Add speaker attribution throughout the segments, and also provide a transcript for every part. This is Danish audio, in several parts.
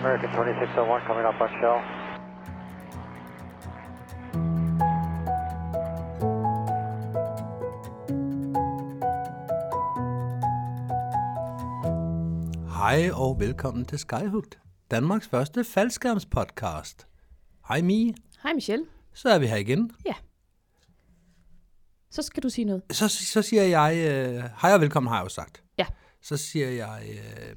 Speaker 1: American 2601 coming up on shell.
Speaker 2: Hej og velkommen til Skyhugt, Danmarks første faldskærmspodcast. Hej Mie,
Speaker 3: Hej Michelle.
Speaker 2: så er vi her igen.
Speaker 3: Ja. Så skal du sige noget.
Speaker 2: Så, så siger jeg, øh, hej og velkommen har jeg jo sagt.
Speaker 3: Ja.
Speaker 2: Så siger jeg, øh,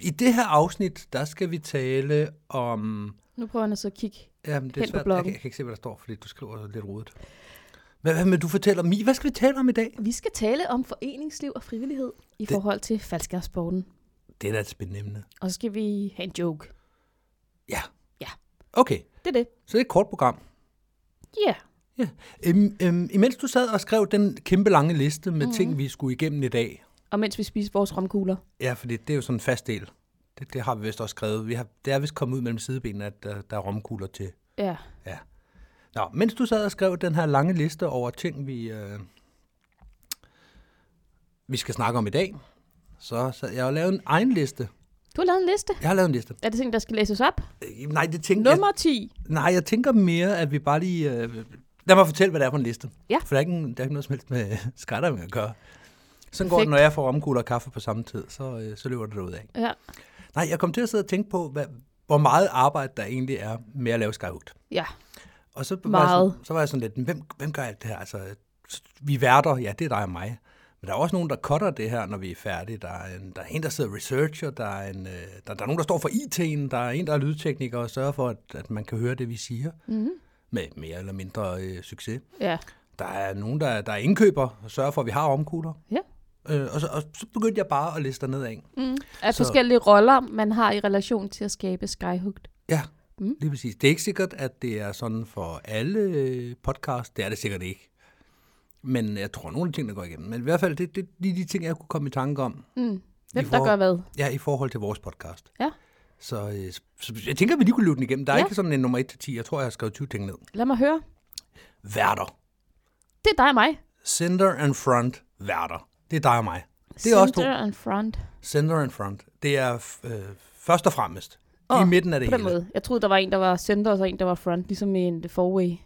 Speaker 2: i det her afsnit, der skal vi tale om...
Speaker 3: Nu prøver han altså at kigge.
Speaker 2: Jamen, det
Speaker 3: Hen
Speaker 2: er
Speaker 3: på
Speaker 2: svært. Jeg,
Speaker 3: blokken.
Speaker 2: kan- jeg kan ikke se, hvad der står, fordi du skriver lidt rodet. Hvad, hvad, men du fortæller Mie, hvad skal vi tale om i dag?
Speaker 3: Vi skal tale om foreningsliv og frivillighed i det... forhold til falskersporten.
Speaker 2: Det er da et spændende emne.
Speaker 3: Og så skal vi have en joke.
Speaker 2: Ja.
Speaker 3: Ja.
Speaker 2: Okay,
Speaker 3: Det er det.
Speaker 2: så det er et kort program.
Speaker 3: Ja.
Speaker 2: Ja. Øhm, øhm, imens du sad og skrev den kæmpe lange liste
Speaker 3: Mhm.
Speaker 2: med mm-hmm. ting, vi skulle igennem i dag,
Speaker 3: Og mens vi spiser vores romkugler.
Speaker 2: Ja, fordi det er jo sådan en fast del. Det, det har vi vist også skrevet. Vi har, det er vist kommet ud mellem sidebenene, at der, der er romkugler til.
Speaker 3: Ja.
Speaker 2: Ja. Nå, mens du sad og skrev den her lange liste over ting, vi, øh, vi skal snakke om i dag, så sad jeg og lavede en egen liste.
Speaker 3: Du har lavet en liste.
Speaker 2: Jeg har lavet en liste.
Speaker 3: Er det ting, der skal læses op?
Speaker 2: Øh, Nej, det tænker, jeg,
Speaker 3: Nummer 10.
Speaker 2: nej, jeg tænker mere, at vi bare lige... Øh, lad mig fortælle, hvad det er for en liste.
Speaker 3: Ja.
Speaker 2: For der er ikke, en- der er ikke noget som helst med skrættering at gøre. Sådan går det,
Speaker 3: Perfekt.
Speaker 2: når jeg får romkugler og kaffe på samme tid, så, øh, så løber det derudad.
Speaker 3: Ja.
Speaker 2: Nej, jeg kom til at sidde og tænke på, hvad, hvor meget arbejde der egentlig er med at lave Skyhook.
Speaker 3: Ja.
Speaker 2: Og så var, jeg
Speaker 3: Meget.
Speaker 2: sådan, så var jeg sådan lidt, hvem, hvem gør alt det her? Altså, vi værter, ja, det er dig og mig. Men der er også nogen, der cutter det her, når vi er færdige. Der er en, der, er en, der sidder og researcher, der er, en, øh, der, der er nogen, der står for IT'en, der er en, der er lydtekniker og sørger for, at, at man kan høre det, vi siger. Mm-hmm. Med mere eller mindre øh, succes.
Speaker 3: Ja.
Speaker 2: Der er nogen, der, der er indkøber og sørger for, at vi har omkugler.
Speaker 3: Ja.
Speaker 2: Øh, og, så, og så begyndte jeg bare at liste ned af.
Speaker 3: Mm. Af
Speaker 2: Så-
Speaker 3: forskellige roller, man har i relation til at skabe Skyhooked.
Speaker 2: Ja, mm.
Speaker 3: Mm.
Speaker 2: lige præcis. Det er ikke sikkert, at det er sådan for alle øh, podcasts. Det er det sikkert ikke. Men jeg tror, nogle af de ting, der går igennem. Men i hvert fald, det er lige de ting, jeg kunne komme i tanke om.
Speaker 3: Mm. Hvem
Speaker 2: I
Speaker 3: der
Speaker 2: hvor-
Speaker 3: gør hvad?
Speaker 2: Ja, i forhold til vores podcast.
Speaker 3: Ja.
Speaker 2: Så, øh, så jeg tænker, at vi lige kunne løbe den igennem. Der er ja.
Speaker 3: Ja.
Speaker 2: ikke sådan en nummer 1-10. Jeg tror, jeg har skrevet 20 ting ned.
Speaker 3: Lad mig høre.
Speaker 2: Værter.
Speaker 3: Det er dig og mig.
Speaker 2: Center and front værter. Det er dig og mig. Det er også to.
Speaker 3: Center and front.
Speaker 2: Center and front. Det er øh, først og fremmest. Oh, I
Speaker 3: Åh,
Speaker 2: midten af det
Speaker 3: På den
Speaker 2: hele.
Speaker 3: måde. Jeg troede, der var en, der var center, og så en, der var front, ligesom i en four-way.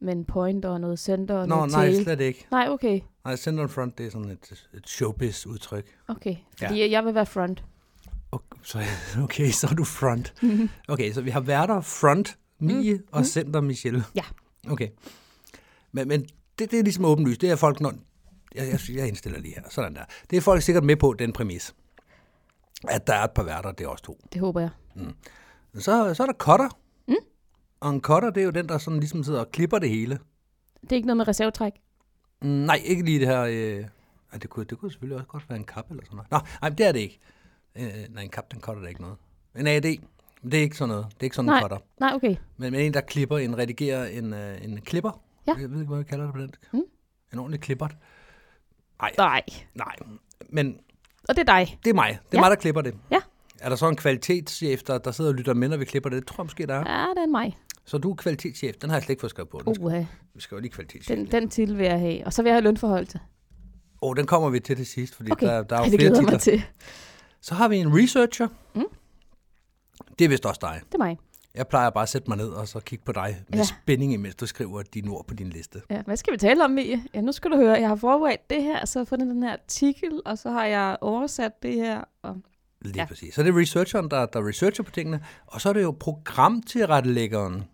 Speaker 3: Med en point og noget center og
Speaker 2: Nå,
Speaker 3: noget
Speaker 2: nej,
Speaker 3: tail.
Speaker 2: slet ikke.
Speaker 3: Nej, okay.
Speaker 2: Nej, center and front, det er sådan et, et showbiz-udtryk.
Speaker 3: Okay, fordi ja. jeg vil være front.
Speaker 2: Okay, så, okay, så er du front. Okay, så vi har værter, front, Mie mm. og center Michelle.
Speaker 3: Ja.
Speaker 2: Okay. Men, men det, det er ligesom åbenlyst. Det er folk... Når, jeg, jeg, jeg indstiller lige her. Sådan der. Det er folk sikkert med på, den præmis. At der er et par værter, det er også to.
Speaker 3: Det håber jeg.
Speaker 2: Så, så er der cutter. Mm. Og en cutter, det er jo den, der sådan ligesom sidder og klipper det hele.
Speaker 3: Det er ikke noget med reservetræk.
Speaker 2: Mm, Nej, ikke lige det her... Øh, ej, det, kunne, det kunne selvfølgelig også godt være en kap eller sådan noget. Nå, nej, men det er det ikke. Øh, nej, en kap, den cutter da ikke noget. En AD, det er ikke sådan noget. Det er ikke sådan, en
Speaker 3: Nej.
Speaker 2: cutter.
Speaker 3: Nej, okay.
Speaker 2: Men, men en, der klipper, en redigerer, en, øh, en klipper.
Speaker 3: Ja.
Speaker 2: Jeg ved ikke, hvad vi kalder det på dansk.
Speaker 3: Mm.
Speaker 2: En ordentlig klippert.
Speaker 3: Nej.
Speaker 2: Nej, men
Speaker 3: Og det er dig.
Speaker 2: det er mig. Det er ja.
Speaker 3: Ja.
Speaker 2: mig, der klipper det.
Speaker 3: Ja.
Speaker 2: Er der så en kvalitetschef, der, der sidder og lytter med, når vi klipper det? Det tror jeg måske, der er.
Speaker 3: Ja, det er en mig.
Speaker 2: Så du er kvalitetschef. Den har jeg slet ikke fået skrevet på. Den skal,
Speaker 3: Oha,
Speaker 2: vi skal jo lige kvalitetschef.
Speaker 3: den,
Speaker 2: Åh, den,
Speaker 3: den til vil jeg have. Og så vil jeg have lønforhold til.
Speaker 2: oh, den kommer vi til til sidst, fordi
Speaker 3: Okay,
Speaker 2: der, der er
Speaker 3: Ej,
Speaker 2: jo
Speaker 3: det
Speaker 2: flere
Speaker 3: glæder jeg
Speaker 2: titler.
Speaker 3: mig til.
Speaker 2: Så har vi en researcher.
Speaker 3: Mm.
Speaker 2: Det er vist også dig.
Speaker 3: Det er mig.
Speaker 2: Jeg plejer bare at sætte mig ned og så kigge på dig med ja.
Speaker 3: Ja.
Speaker 2: spænding, imens du skriver dine ord på din liste.
Speaker 3: Ja, hvad skal vi tale om, Mie? Ja, nu skal du høre, jeg har forberedt det her, så har jeg fundet den her artikel, og så har jeg oversat det her. Og...
Speaker 2: Lige ja.
Speaker 3: Ja.
Speaker 2: præcis. Så det er researcheren, der, der researcher på tingene, og så er det jo programtilrettelæggeren.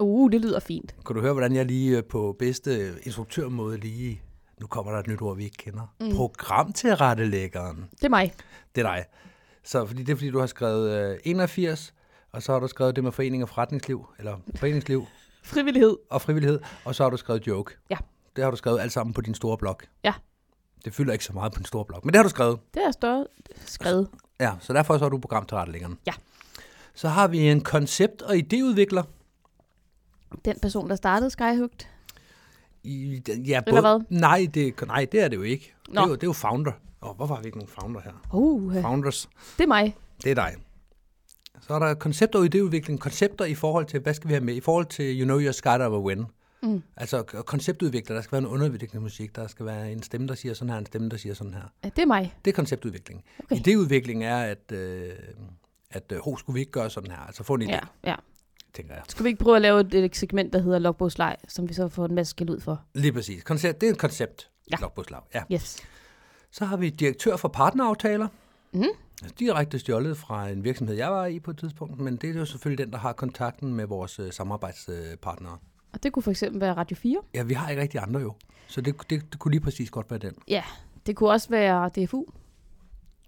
Speaker 3: Uh, det lyder fint.
Speaker 2: Kan du høre, hvordan jeg lige øh, på bedste instruktørmåde lige... Nu kommer der et nyt ord, vi ikke kender. Mm. Programtilrettelæggeren.
Speaker 3: Det er mig.
Speaker 2: Det er dig. Så fordi det er, fordi du har skrevet øh, 81, og så har du skrevet det med forening og forretningsliv, eller foreningsliv
Speaker 3: Frivillighed.
Speaker 2: og frivillighed, og så har du skrevet joke.
Speaker 3: Ja.
Speaker 2: Det har du skrevet alt sammen på din store blog.
Speaker 3: Ja.
Speaker 2: Det fylder ikke så meget på din store blog, men det har du skrevet.
Speaker 3: Det er større skrevet.
Speaker 2: Ja, så derfor så er du programtilrettelæggeren.
Speaker 3: Ja.
Speaker 2: Så har vi en koncept- og idéudvikler.
Speaker 3: Den person, der startede Skyhooked.
Speaker 2: I, ja,
Speaker 3: Eller
Speaker 2: både, nej, det, nej, det er det jo ikke. Det er
Speaker 3: Nå.
Speaker 2: jo, det er jo founder. Og hvorfor har vi ikke nogen founder her?
Speaker 3: Uh,
Speaker 2: Founders,
Speaker 3: det er mig.
Speaker 2: det er dig. Så er der koncepter og idéudvikling. Koncepter i forhold til, hvad skal vi have med? I forhold til You Know Your Skydiver When. Mm. Altså k- konceptudvikler, der skal være en underudvikling af musik, der skal være en stemme, der siger sådan her, en stemme, der siger sådan her.
Speaker 3: Ja, det er mig.
Speaker 2: Det er konceptudvikling.
Speaker 3: Okay.
Speaker 2: Idéudvikling er, at, øh, at øh, ho, skulle vi ikke gøre sådan her? Altså få en idé,
Speaker 3: Ja,
Speaker 2: ja.
Speaker 3: ja.
Speaker 2: tænker jeg.
Speaker 3: Skal vi ikke prøve at lave et, et segment, der hedder Logbogslej, som vi så får en masse skæld ud for?
Speaker 2: Lige præcis. Koncept, det er et koncept.
Speaker 3: Ja.
Speaker 2: Logbogslav. Ja.
Speaker 3: Yes.
Speaker 2: Så har vi direktør for partneraftaler.
Speaker 3: Mhm.
Speaker 2: Altså, Direkte stjålet fra en virksomhed, jeg var i på et tidspunkt, men det er jo selvfølgelig den, der har kontakten med vores øh, samarbejdspartnere.
Speaker 3: Og det kunne for eksempel være Radio 4.
Speaker 2: Ja, vi har ikke rigtig andre jo, så det, det, det kunne lige præcis godt være den.
Speaker 3: Ja, det kunne også være DFU.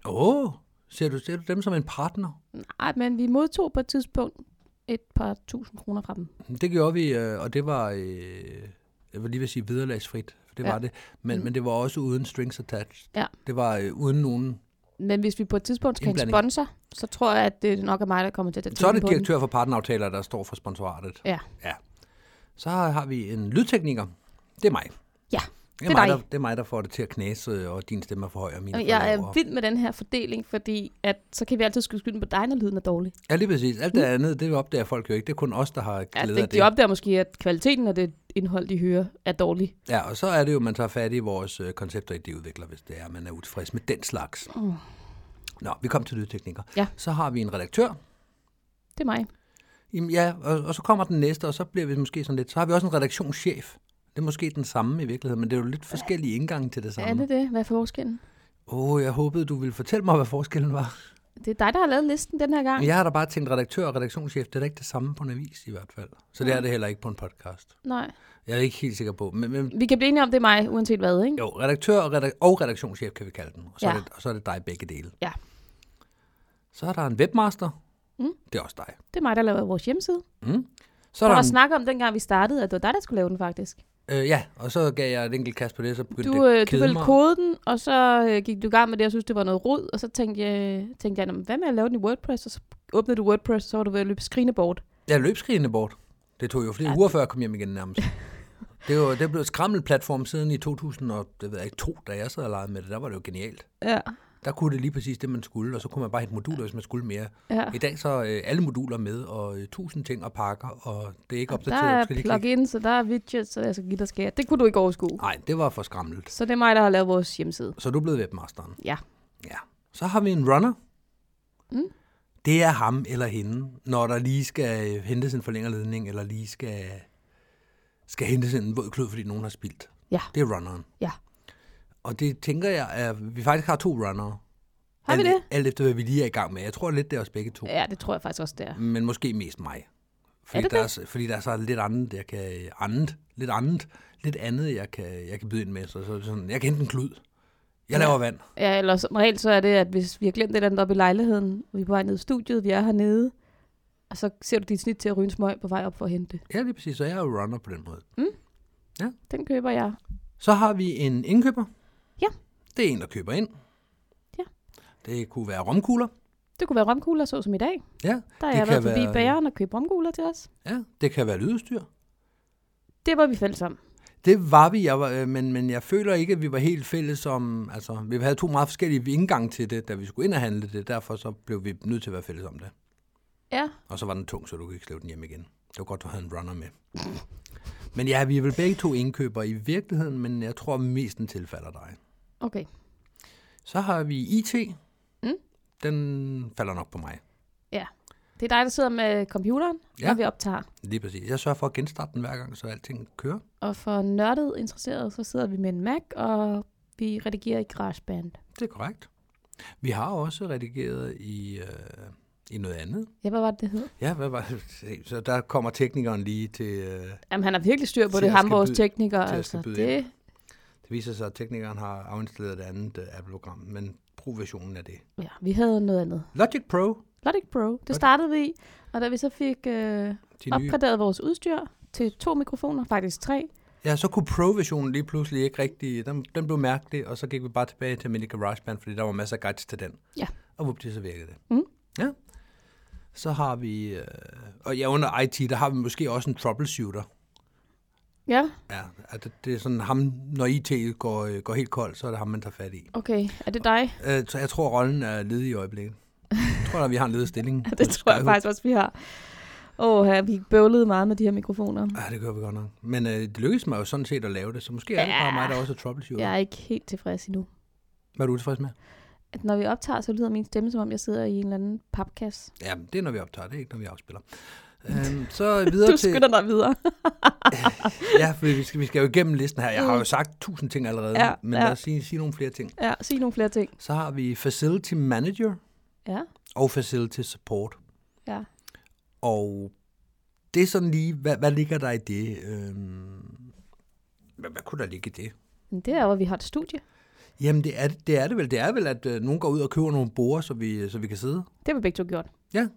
Speaker 2: Åh, oh, ser, du, ser du dem som en partner?
Speaker 3: Nej, men vi modtog på et tidspunkt et par tusind kroner fra dem.
Speaker 2: Det gjorde vi, øh, og det var, øh, jeg vil lige vil sige, viderelagsfrit, for det
Speaker 3: Ja.
Speaker 2: ja. var det. Men, mm. men det var også uden strings attached.
Speaker 3: Ja.
Speaker 2: Det var øh, uden nogen.
Speaker 3: Men hvis vi på et tidspunkt skal have en
Speaker 2: Indblanding.
Speaker 3: sponsor, så tror jeg, at det nok er mig, der kommer til at
Speaker 2: Så er det
Speaker 3: på
Speaker 2: direktør for partneraftaler, der står for sponsoratet.
Speaker 3: Den. Ja,
Speaker 2: Ja. Så har vi en lydtekniker. Det er mig.
Speaker 3: ja.
Speaker 2: Det er,
Speaker 3: Det er
Speaker 2: mig,
Speaker 3: dig.
Speaker 2: der, det er mig, der får det til at knæse, og din stemme er for høj, og mine
Speaker 3: Og
Speaker 2: for
Speaker 3: jeg er
Speaker 2: lavere.
Speaker 3: vild med den her fordeling, fordi at, så kan vi altid skyde skylden på dig, når lyden er dårlig.
Speaker 2: Ja, lige præcis. Alt det andet, det opdager folk jo ikke. Det er kun os, der har
Speaker 3: Mm. Ja,
Speaker 2: glæde af
Speaker 3: det, de
Speaker 2: det.
Speaker 3: opdager måske, at kvaliteten af det indhold, de hører, er dårlig.
Speaker 2: Ja, og så er det jo, man tager fat i vores øh, koncepter i det udvikler, hvis det er, man er utilfreds med den slags.
Speaker 3: Mm.
Speaker 2: Nå, vi kom til lydteknikker.
Speaker 3: Ja.
Speaker 2: Så har vi en redaktør.
Speaker 3: Det er mig.
Speaker 2: Jamen, ja, og, og så kommer den næste, og så bliver vi måske sådan lidt... Så har vi også en redaktionschef. Det er måske den samme i virkeligheden, men det er jo lidt forskellige indgange til det
Speaker 3: Er
Speaker 2: samme.
Speaker 3: det det? Hvad er forskellen?
Speaker 2: Åh, oh, jeg håbede, du ville fortælle mig, hvad forskellen var.
Speaker 3: Det er dig, der har lavet listen den her gang.
Speaker 2: Men jeg har da bare tænkt, redaktør og redaktionschef, det er da ikke det samme på en avis i hvert fald. Så det er det heller ikke på en podcast.
Speaker 3: Nej.
Speaker 2: Jeg er ikke helt sikker på. Men, men
Speaker 3: Vi kan blive enige om, det er mig, uanset hvad, ikke?
Speaker 2: jo, redaktør og, redak- og redaktionschef kan vi kalde den. Og så, ja.
Speaker 3: Ja.
Speaker 2: er det, og så er det dig begge dele.
Speaker 3: Ja.
Speaker 2: Så er der en webmaster.
Speaker 3: Mm.
Speaker 2: Det er også dig.
Speaker 3: Det er mig, der laver vores hjemmeside.
Speaker 2: Mm. Så
Speaker 3: Der
Speaker 2: er der
Speaker 3: var
Speaker 2: en,
Speaker 3: snak om, dengang vi startede, at det var dig, der skulle lave den, faktisk.
Speaker 2: øh, ja, og så gav jeg et enkelt kast på det, så begyndte
Speaker 3: Du,
Speaker 2: det
Speaker 3: øh,
Speaker 2: at
Speaker 3: du
Speaker 2: kede
Speaker 3: ville
Speaker 2: mig.
Speaker 3: kode den, og så øh, gik du i gang med det, og synes det var noget rod, og så tænkte jeg, tænkte jeg "Nå, men hvad med at lave den i WordPress? Og så åbnede du WordPress, og så var du ved at løbe skrinebord.
Speaker 2: Jeg løb skrigende bort. Det tog jo flere
Speaker 3: Ja,
Speaker 2: uger, før jeg kom hjem igen nærmest. Det, var, det blev skrammelplatform siden i 2000 og, det ved jeg ikke, to, da jeg sad og legede med det. Der var det jo genialt.
Speaker 3: Ja,
Speaker 2: Der kunne det lige præcis det, man skulle, og så kunne man bare hente moduler, hvis man skulle mere.
Speaker 3: ja.
Speaker 2: I dag så er øh, alle moduler med, og øh, tusind ting og pakker, og det er ikke
Speaker 3: Der
Speaker 2: opdateret.
Speaker 3: er
Speaker 2: du skal lige klikke.
Speaker 3: plugins, og der er widgets, og jeg skal give dig skære. Det kunne du ikke overskue.
Speaker 2: Nej, det var for skræmmelt.
Speaker 3: Så det er mig, der har lavet vores hjemmeside.
Speaker 2: Så er du er blevet webmasteren.
Speaker 3: Ja.
Speaker 2: Ja. Så har vi en runner.
Speaker 3: Mm.
Speaker 2: Det er ham eller hende, når der lige skal øh, hentes en forlænget ledning, eller lige skal, skal hentes en våd klud, fordi nogen har spildt.
Speaker 3: Ja.
Speaker 2: Det er runneren.
Speaker 3: Ja.
Speaker 2: Og det tænker jeg, at vi faktisk har to runnere.
Speaker 3: Har vi
Speaker 2: alt,
Speaker 3: det?
Speaker 2: Alt efter, hvad vi lige er i gang med. Jeg tror lidt, det er os begge to.
Speaker 3: Ja, det tror jeg faktisk også, det er.
Speaker 2: men måske mest mig. Fordi,
Speaker 3: det
Speaker 2: der
Speaker 3: det?
Speaker 2: er, så- fordi der er så lidt andet, jeg kan andet, lidt andet, lidt andet, jeg kan, jeg kan byde ind med. Så, så er det sådan, jeg kan hente en klud. Jeg laver vand.
Speaker 3: Ja, eller som regel så er det, at hvis vi har glemt et eller andet op i lejligheden, og vi er på vej ned i studiet, vi er hernede, og så ser du dit snit til at ryge en smøg på vej op for at hente det.
Speaker 2: Ja, lige præcis. Så jeg er jo runner på den måde.
Speaker 3: Den køber jeg.
Speaker 2: Så har vi en indkøber.
Speaker 3: Ja.
Speaker 2: Det er en, der køber ind.
Speaker 3: Ja.
Speaker 2: Det kunne være romkugler.
Speaker 3: Det kunne være romkugler, så som i dag.
Speaker 2: Ja.
Speaker 3: Der har
Speaker 2: Det
Speaker 3: jeg været
Speaker 2: kan
Speaker 3: forbi
Speaker 2: være-
Speaker 3: bageren og købt romkugler til os.
Speaker 2: ja. Det kan være lydudstyr.
Speaker 3: Det var vi fælles om.
Speaker 2: Det var vi, jeg var, øh, men, men jeg føler ikke, at vi var helt fælles om... Altså, vi havde to meget forskellige indgang til det, da vi skulle ind og handle det. Derfor så blev vi nødt til at være fælles om det.
Speaker 3: Ja.
Speaker 2: Og så var den tung, så du kunne ikke slæve den hjem igen. Det var godt, du havde en runner med. Men ja, vi er vel begge to indkøbere i virkeligheden, men jeg tror mest den tilfalder dig.
Speaker 3: Okay.
Speaker 2: Så har vi IT.
Speaker 3: Mm.
Speaker 2: Den falder nok på mig.
Speaker 3: Det er dig, der sidder med computeren, ja.
Speaker 2: Ja.
Speaker 3: når vi optager.
Speaker 2: Lige præcis. Jeg sørger for at genstarte den hver gang, så alting kører.
Speaker 3: Og for nørdet interesseret, så sidder vi med en Mac, og vi redigerer i GarageBand.
Speaker 2: Det er korrekt. Vi har også redigeret i, øh, i noget andet.
Speaker 3: Ja, hvad var det, det hed?
Speaker 2: Ja, hvad var det? Så der kommer teknikeren lige til... Øh,
Speaker 3: Jamen, han har virkelig styr på
Speaker 2: Til
Speaker 3: det,
Speaker 2: at
Speaker 3: ham
Speaker 2: skal
Speaker 3: vores
Speaker 2: byde-
Speaker 3: tekniker.
Speaker 2: til at
Speaker 3: Altså,
Speaker 2: skal byde
Speaker 3: det,
Speaker 2: det viser sig, at teknikeren har afinstalleret et andet øh, Apple-program, men pro-versionen af det.
Speaker 3: ja, vi havde noget andet.
Speaker 2: Logic Pro,
Speaker 3: Logic Pro, det startede vi i, og da vi så fik øh,
Speaker 2: de nye
Speaker 3: opgraderet vores udstyr til to mikrofoner, faktisk tre,
Speaker 2: Ja, så kunne Pro-versionen lige pludselig ikke rigtig... Den, den blev mærkelig, og så gik vi bare tilbage til Mini GarageBand, fordi der var masser af guides til den.
Speaker 3: Ja.
Speaker 2: Og vupti, så virkede det.
Speaker 3: Mm.
Speaker 2: Ja. Så har vi... Øh, og ja, under IT, der har vi måske også en troubleshooter.
Speaker 3: ja,
Speaker 2: Ja, at det, det er sådan ham, når IT går, øh, går helt koldt, så er det ham, man tager fat i.
Speaker 3: okay. Er det dig?
Speaker 2: Øh, så jeg tror, rollen er ledig i øjeblikket. Jeg tror da, vi har en ledig stilling.
Speaker 3: det tror jeg faktisk også, vi har. Åh, ja, vi bøvlede meget med de her mikrofoner.
Speaker 2: Ja, det gør vi godt nok. Men øh, det lykkedes mig jo sådan set at lave det, så måske er det bare
Speaker 3: Ja.
Speaker 2: mig, der også er troubleshooter.
Speaker 3: Jeg er ikke helt tilfreds endnu.
Speaker 2: Hvad er du tilfreds med?
Speaker 3: at når vi optager, så lyder min stemme, som om jeg sidder i en eller anden papkasse.
Speaker 2: Ja, det er, når vi optager, det er ikke, når vi afspiller. Øhm, så videre
Speaker 3: Du
Speaker 2: til...
Speaker 3: skynder dig videre.
Speaker 2: Ja, for vi skal, vi skal jo igennem listen her. Jeg har jo sagt tusind ting allerede,
Speaker 3: Mm. Ja,
Speaker 2: ja, men
Speaker 3: ja.
Speaker 2: lad os sige, sige nogle flere ting.
Speaker 3: Ja, sig nogle flere ting.
Speaker 2: Så har vi Facility Manager
Speaker 3: Ja,
Speaker 2: og Facility Support.
Speaker 3: ja.
Speaker 2: Og det er sådan lige, hvad, hvad ligger der i det? Øhm, hvad, hvad kunne der ligge i det?
Speaker 3: Men det er jo, at vi har et studie.
Speaker 2: Jamen, det er det, det, er det vel. Det er vel, at øh, nogen går ud og køber nogle borer, så vi, så vi kan sidde.
Speaker 3: Det har vi begge to gjort.
Speaker 2: Ja,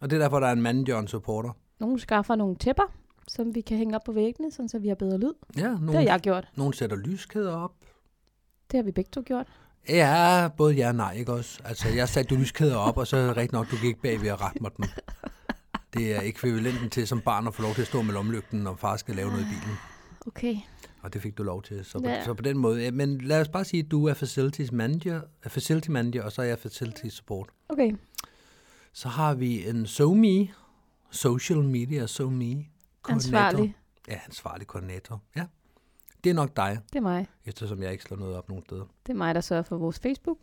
Speaker 2: og det er derfor, der er en manager og en supporter.
Speaker 3: Nogle skaffer nogle tæpper, som vi kan hænge op på væggene, sådan så vi har bedre lyd.
Speaker 2: Ja,
Speaker 3: Det har
Speaker 2: nogen,
Speaker 3: jeg gjort.
Speaker 2: nogen sætter lyskæder op.
Speaker 3: Det har vi begge to gjort.
Speaker 2: Ja, både ja og nej, ikke også? Altså, jeg satte jo lyskæder op, og så er det rigtigt nok, du gik bagved og ret mig dem. Det er ekvivalenten til som barn at få lov til at stå med lommelygten, når far skal lave noget i bilen.
Speaker 3: Okay.
Speaker 2: Og det fik du lov til. Så på,
Speaker 3: Ja.
Speaker 2: ja. så på den måde. Ja, men lad os bare sige, at du er facilities manager, er facility manager, og så er jeg facility support.
Speaker 3: Okay.
Speaker 2: Så har vi en SoMe, social media SoMe. koordinator.
Speaker 3: Ansvarlig.
Speaker 2: Ja, ansvarlig koordinator. Ja, det er nok dig,
Speaker 3: Det er mig.
Speaker 2: eftersom jeg ikke slår noget op nogen steder.
Speaker 3: Det er mig, der sørger for vores Facebook.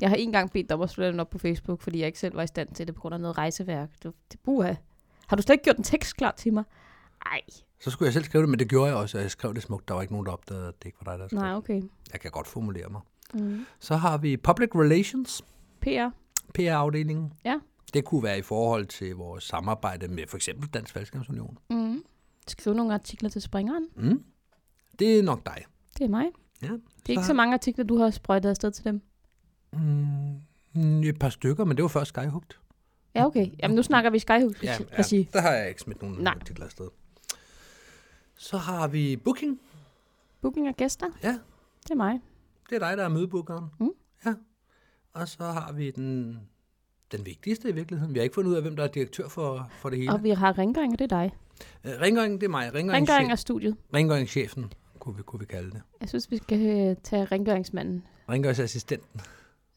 Speaker 3: Jeg har en gang bedt dig om at slå den op på Facebook, fordi jeg ikke selv var i stand til det på grund af noget rejseværk. Du, det buha. Har du slet ikke gjort en tekst klar til mig? Ej.
Speaker 2: Så skulle jeg selv skrive det, men det gjorde jeg også, og jeg skrev det smukt. Der var ikke nogen, der opdagede, at det ikke var dig, der skrev
Speaker 3: Nej, okay.
Speaker 2: Jeg kan godt formulere mig.
Speaker 3: Mm.
Speaker 2: Så har vi Public Relations,
Speaker 3: PR.
Speaker 2: PR-afdelingen.
Speaker 3: Ja.
Speaker 2: Det kunne være i forhold til vores samarbejde med for eksempel Dansk Falskabsunion.
Speaker 3: Mm. Skrive nogle artikler til springeren.
Speaker 2: Mm. Det er nok dig.
Speaker 3: Det er mig.
Speaker 2: Ja.
Speaker 3: Det er ikke så mange artikler, du har sprøjtet afsted til dem.
Speaker 2: Mm, et par stykker, men det var først Skyhugt.
Speaker 3: Ja, okay. Jamen, nu snakker vi Skyhooks ja, regi.
Speaker 2: der har jeg ikke smidt nogen
Speaker 3: Nej.
Speaker 2: artikler afsted. Så har vi Booking.
Speaker 3: Booking af gæster.
Speaker 2: Ja,
Speaker 3: Det er mig.
Speaker 2: det er dig, der er mødebookeren.
Speaker 3: Mm.
Speaker 2: Ja. Og så har vi den, den vigtigste i virkeligheden. Vi har ikke fundet ud af, hvem der er direktør for, for det hele.
Speaker 3: Og vi har rengøring, og det er dig.
Speaker 2: Øh, Rengøringen, det er mig.
Speaker 3: Rengøring
Speaker 2: Rengøringschef-
Speaker 3: af studiet.
Speaker 2: Rengøringschefen, kunne vi, kunne vi kalde det.
Speaker 3: Jeg synes, vi skal øh, tage rengøringsmanden.
Speaker 2: Rengøringsassistenten.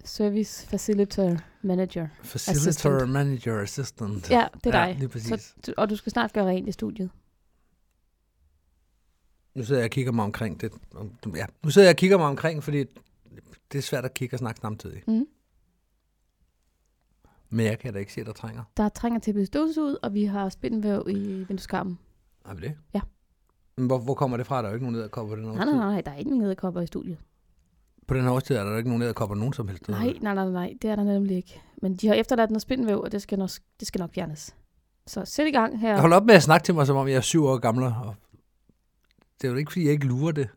Speaker 3: Service Facilitator Manager.
Speaker 2: Facilitator
Speaker 3: Assistant.
Speaker 2: Manager Assistant.
Speaker 3: Ja, det er
Speaker 2: Ja,
Speaker 3: dig.
Speaker 2: lige præcis.
Speaker 3: Så, du- og du skal snart gøre rent i studiet.
Speaker 2: Nu sidder jeg og kigger mig omkring det. om- Ja, nu sidder jeg og kigger mig omkring, fordi det er svært at kigge og snakke samtidig.
Speaker 3: Mhm.
Speaker 2: Men jeg kan da ikke se, der trænger.
Speaker 3: Der trænger til at blive stås ud, og vi har spindelvæv i vindueskarmen.
Speaker 2: Har vi det?
Speaker 3: Ja.
Speaker 2: Men hvor, hvor kommer det fra? Der er jo ikke nogen nederkopper på den
Speaker 3: Nej,
Speaker 2: årstid.
Speaker 3: nej, nej, nej, der er ikke nogen edderkopper i studiet.
Speaker 2: På den her årstid er der jo ikke nogen nederkopper nogen som helst. steder.
Speaker 3: Nej, nej, nej, nej, det er der nemlig ikke. Men de har efterladt noget spindelvæv, og det skal nok, det skal nok fjernes. Så sæt i gang her.
Speaker 2: Hold op med at snakke til mig, som om jeg er syv år gammel. Og det er jo ikke, fordi jeg ikke lurer det.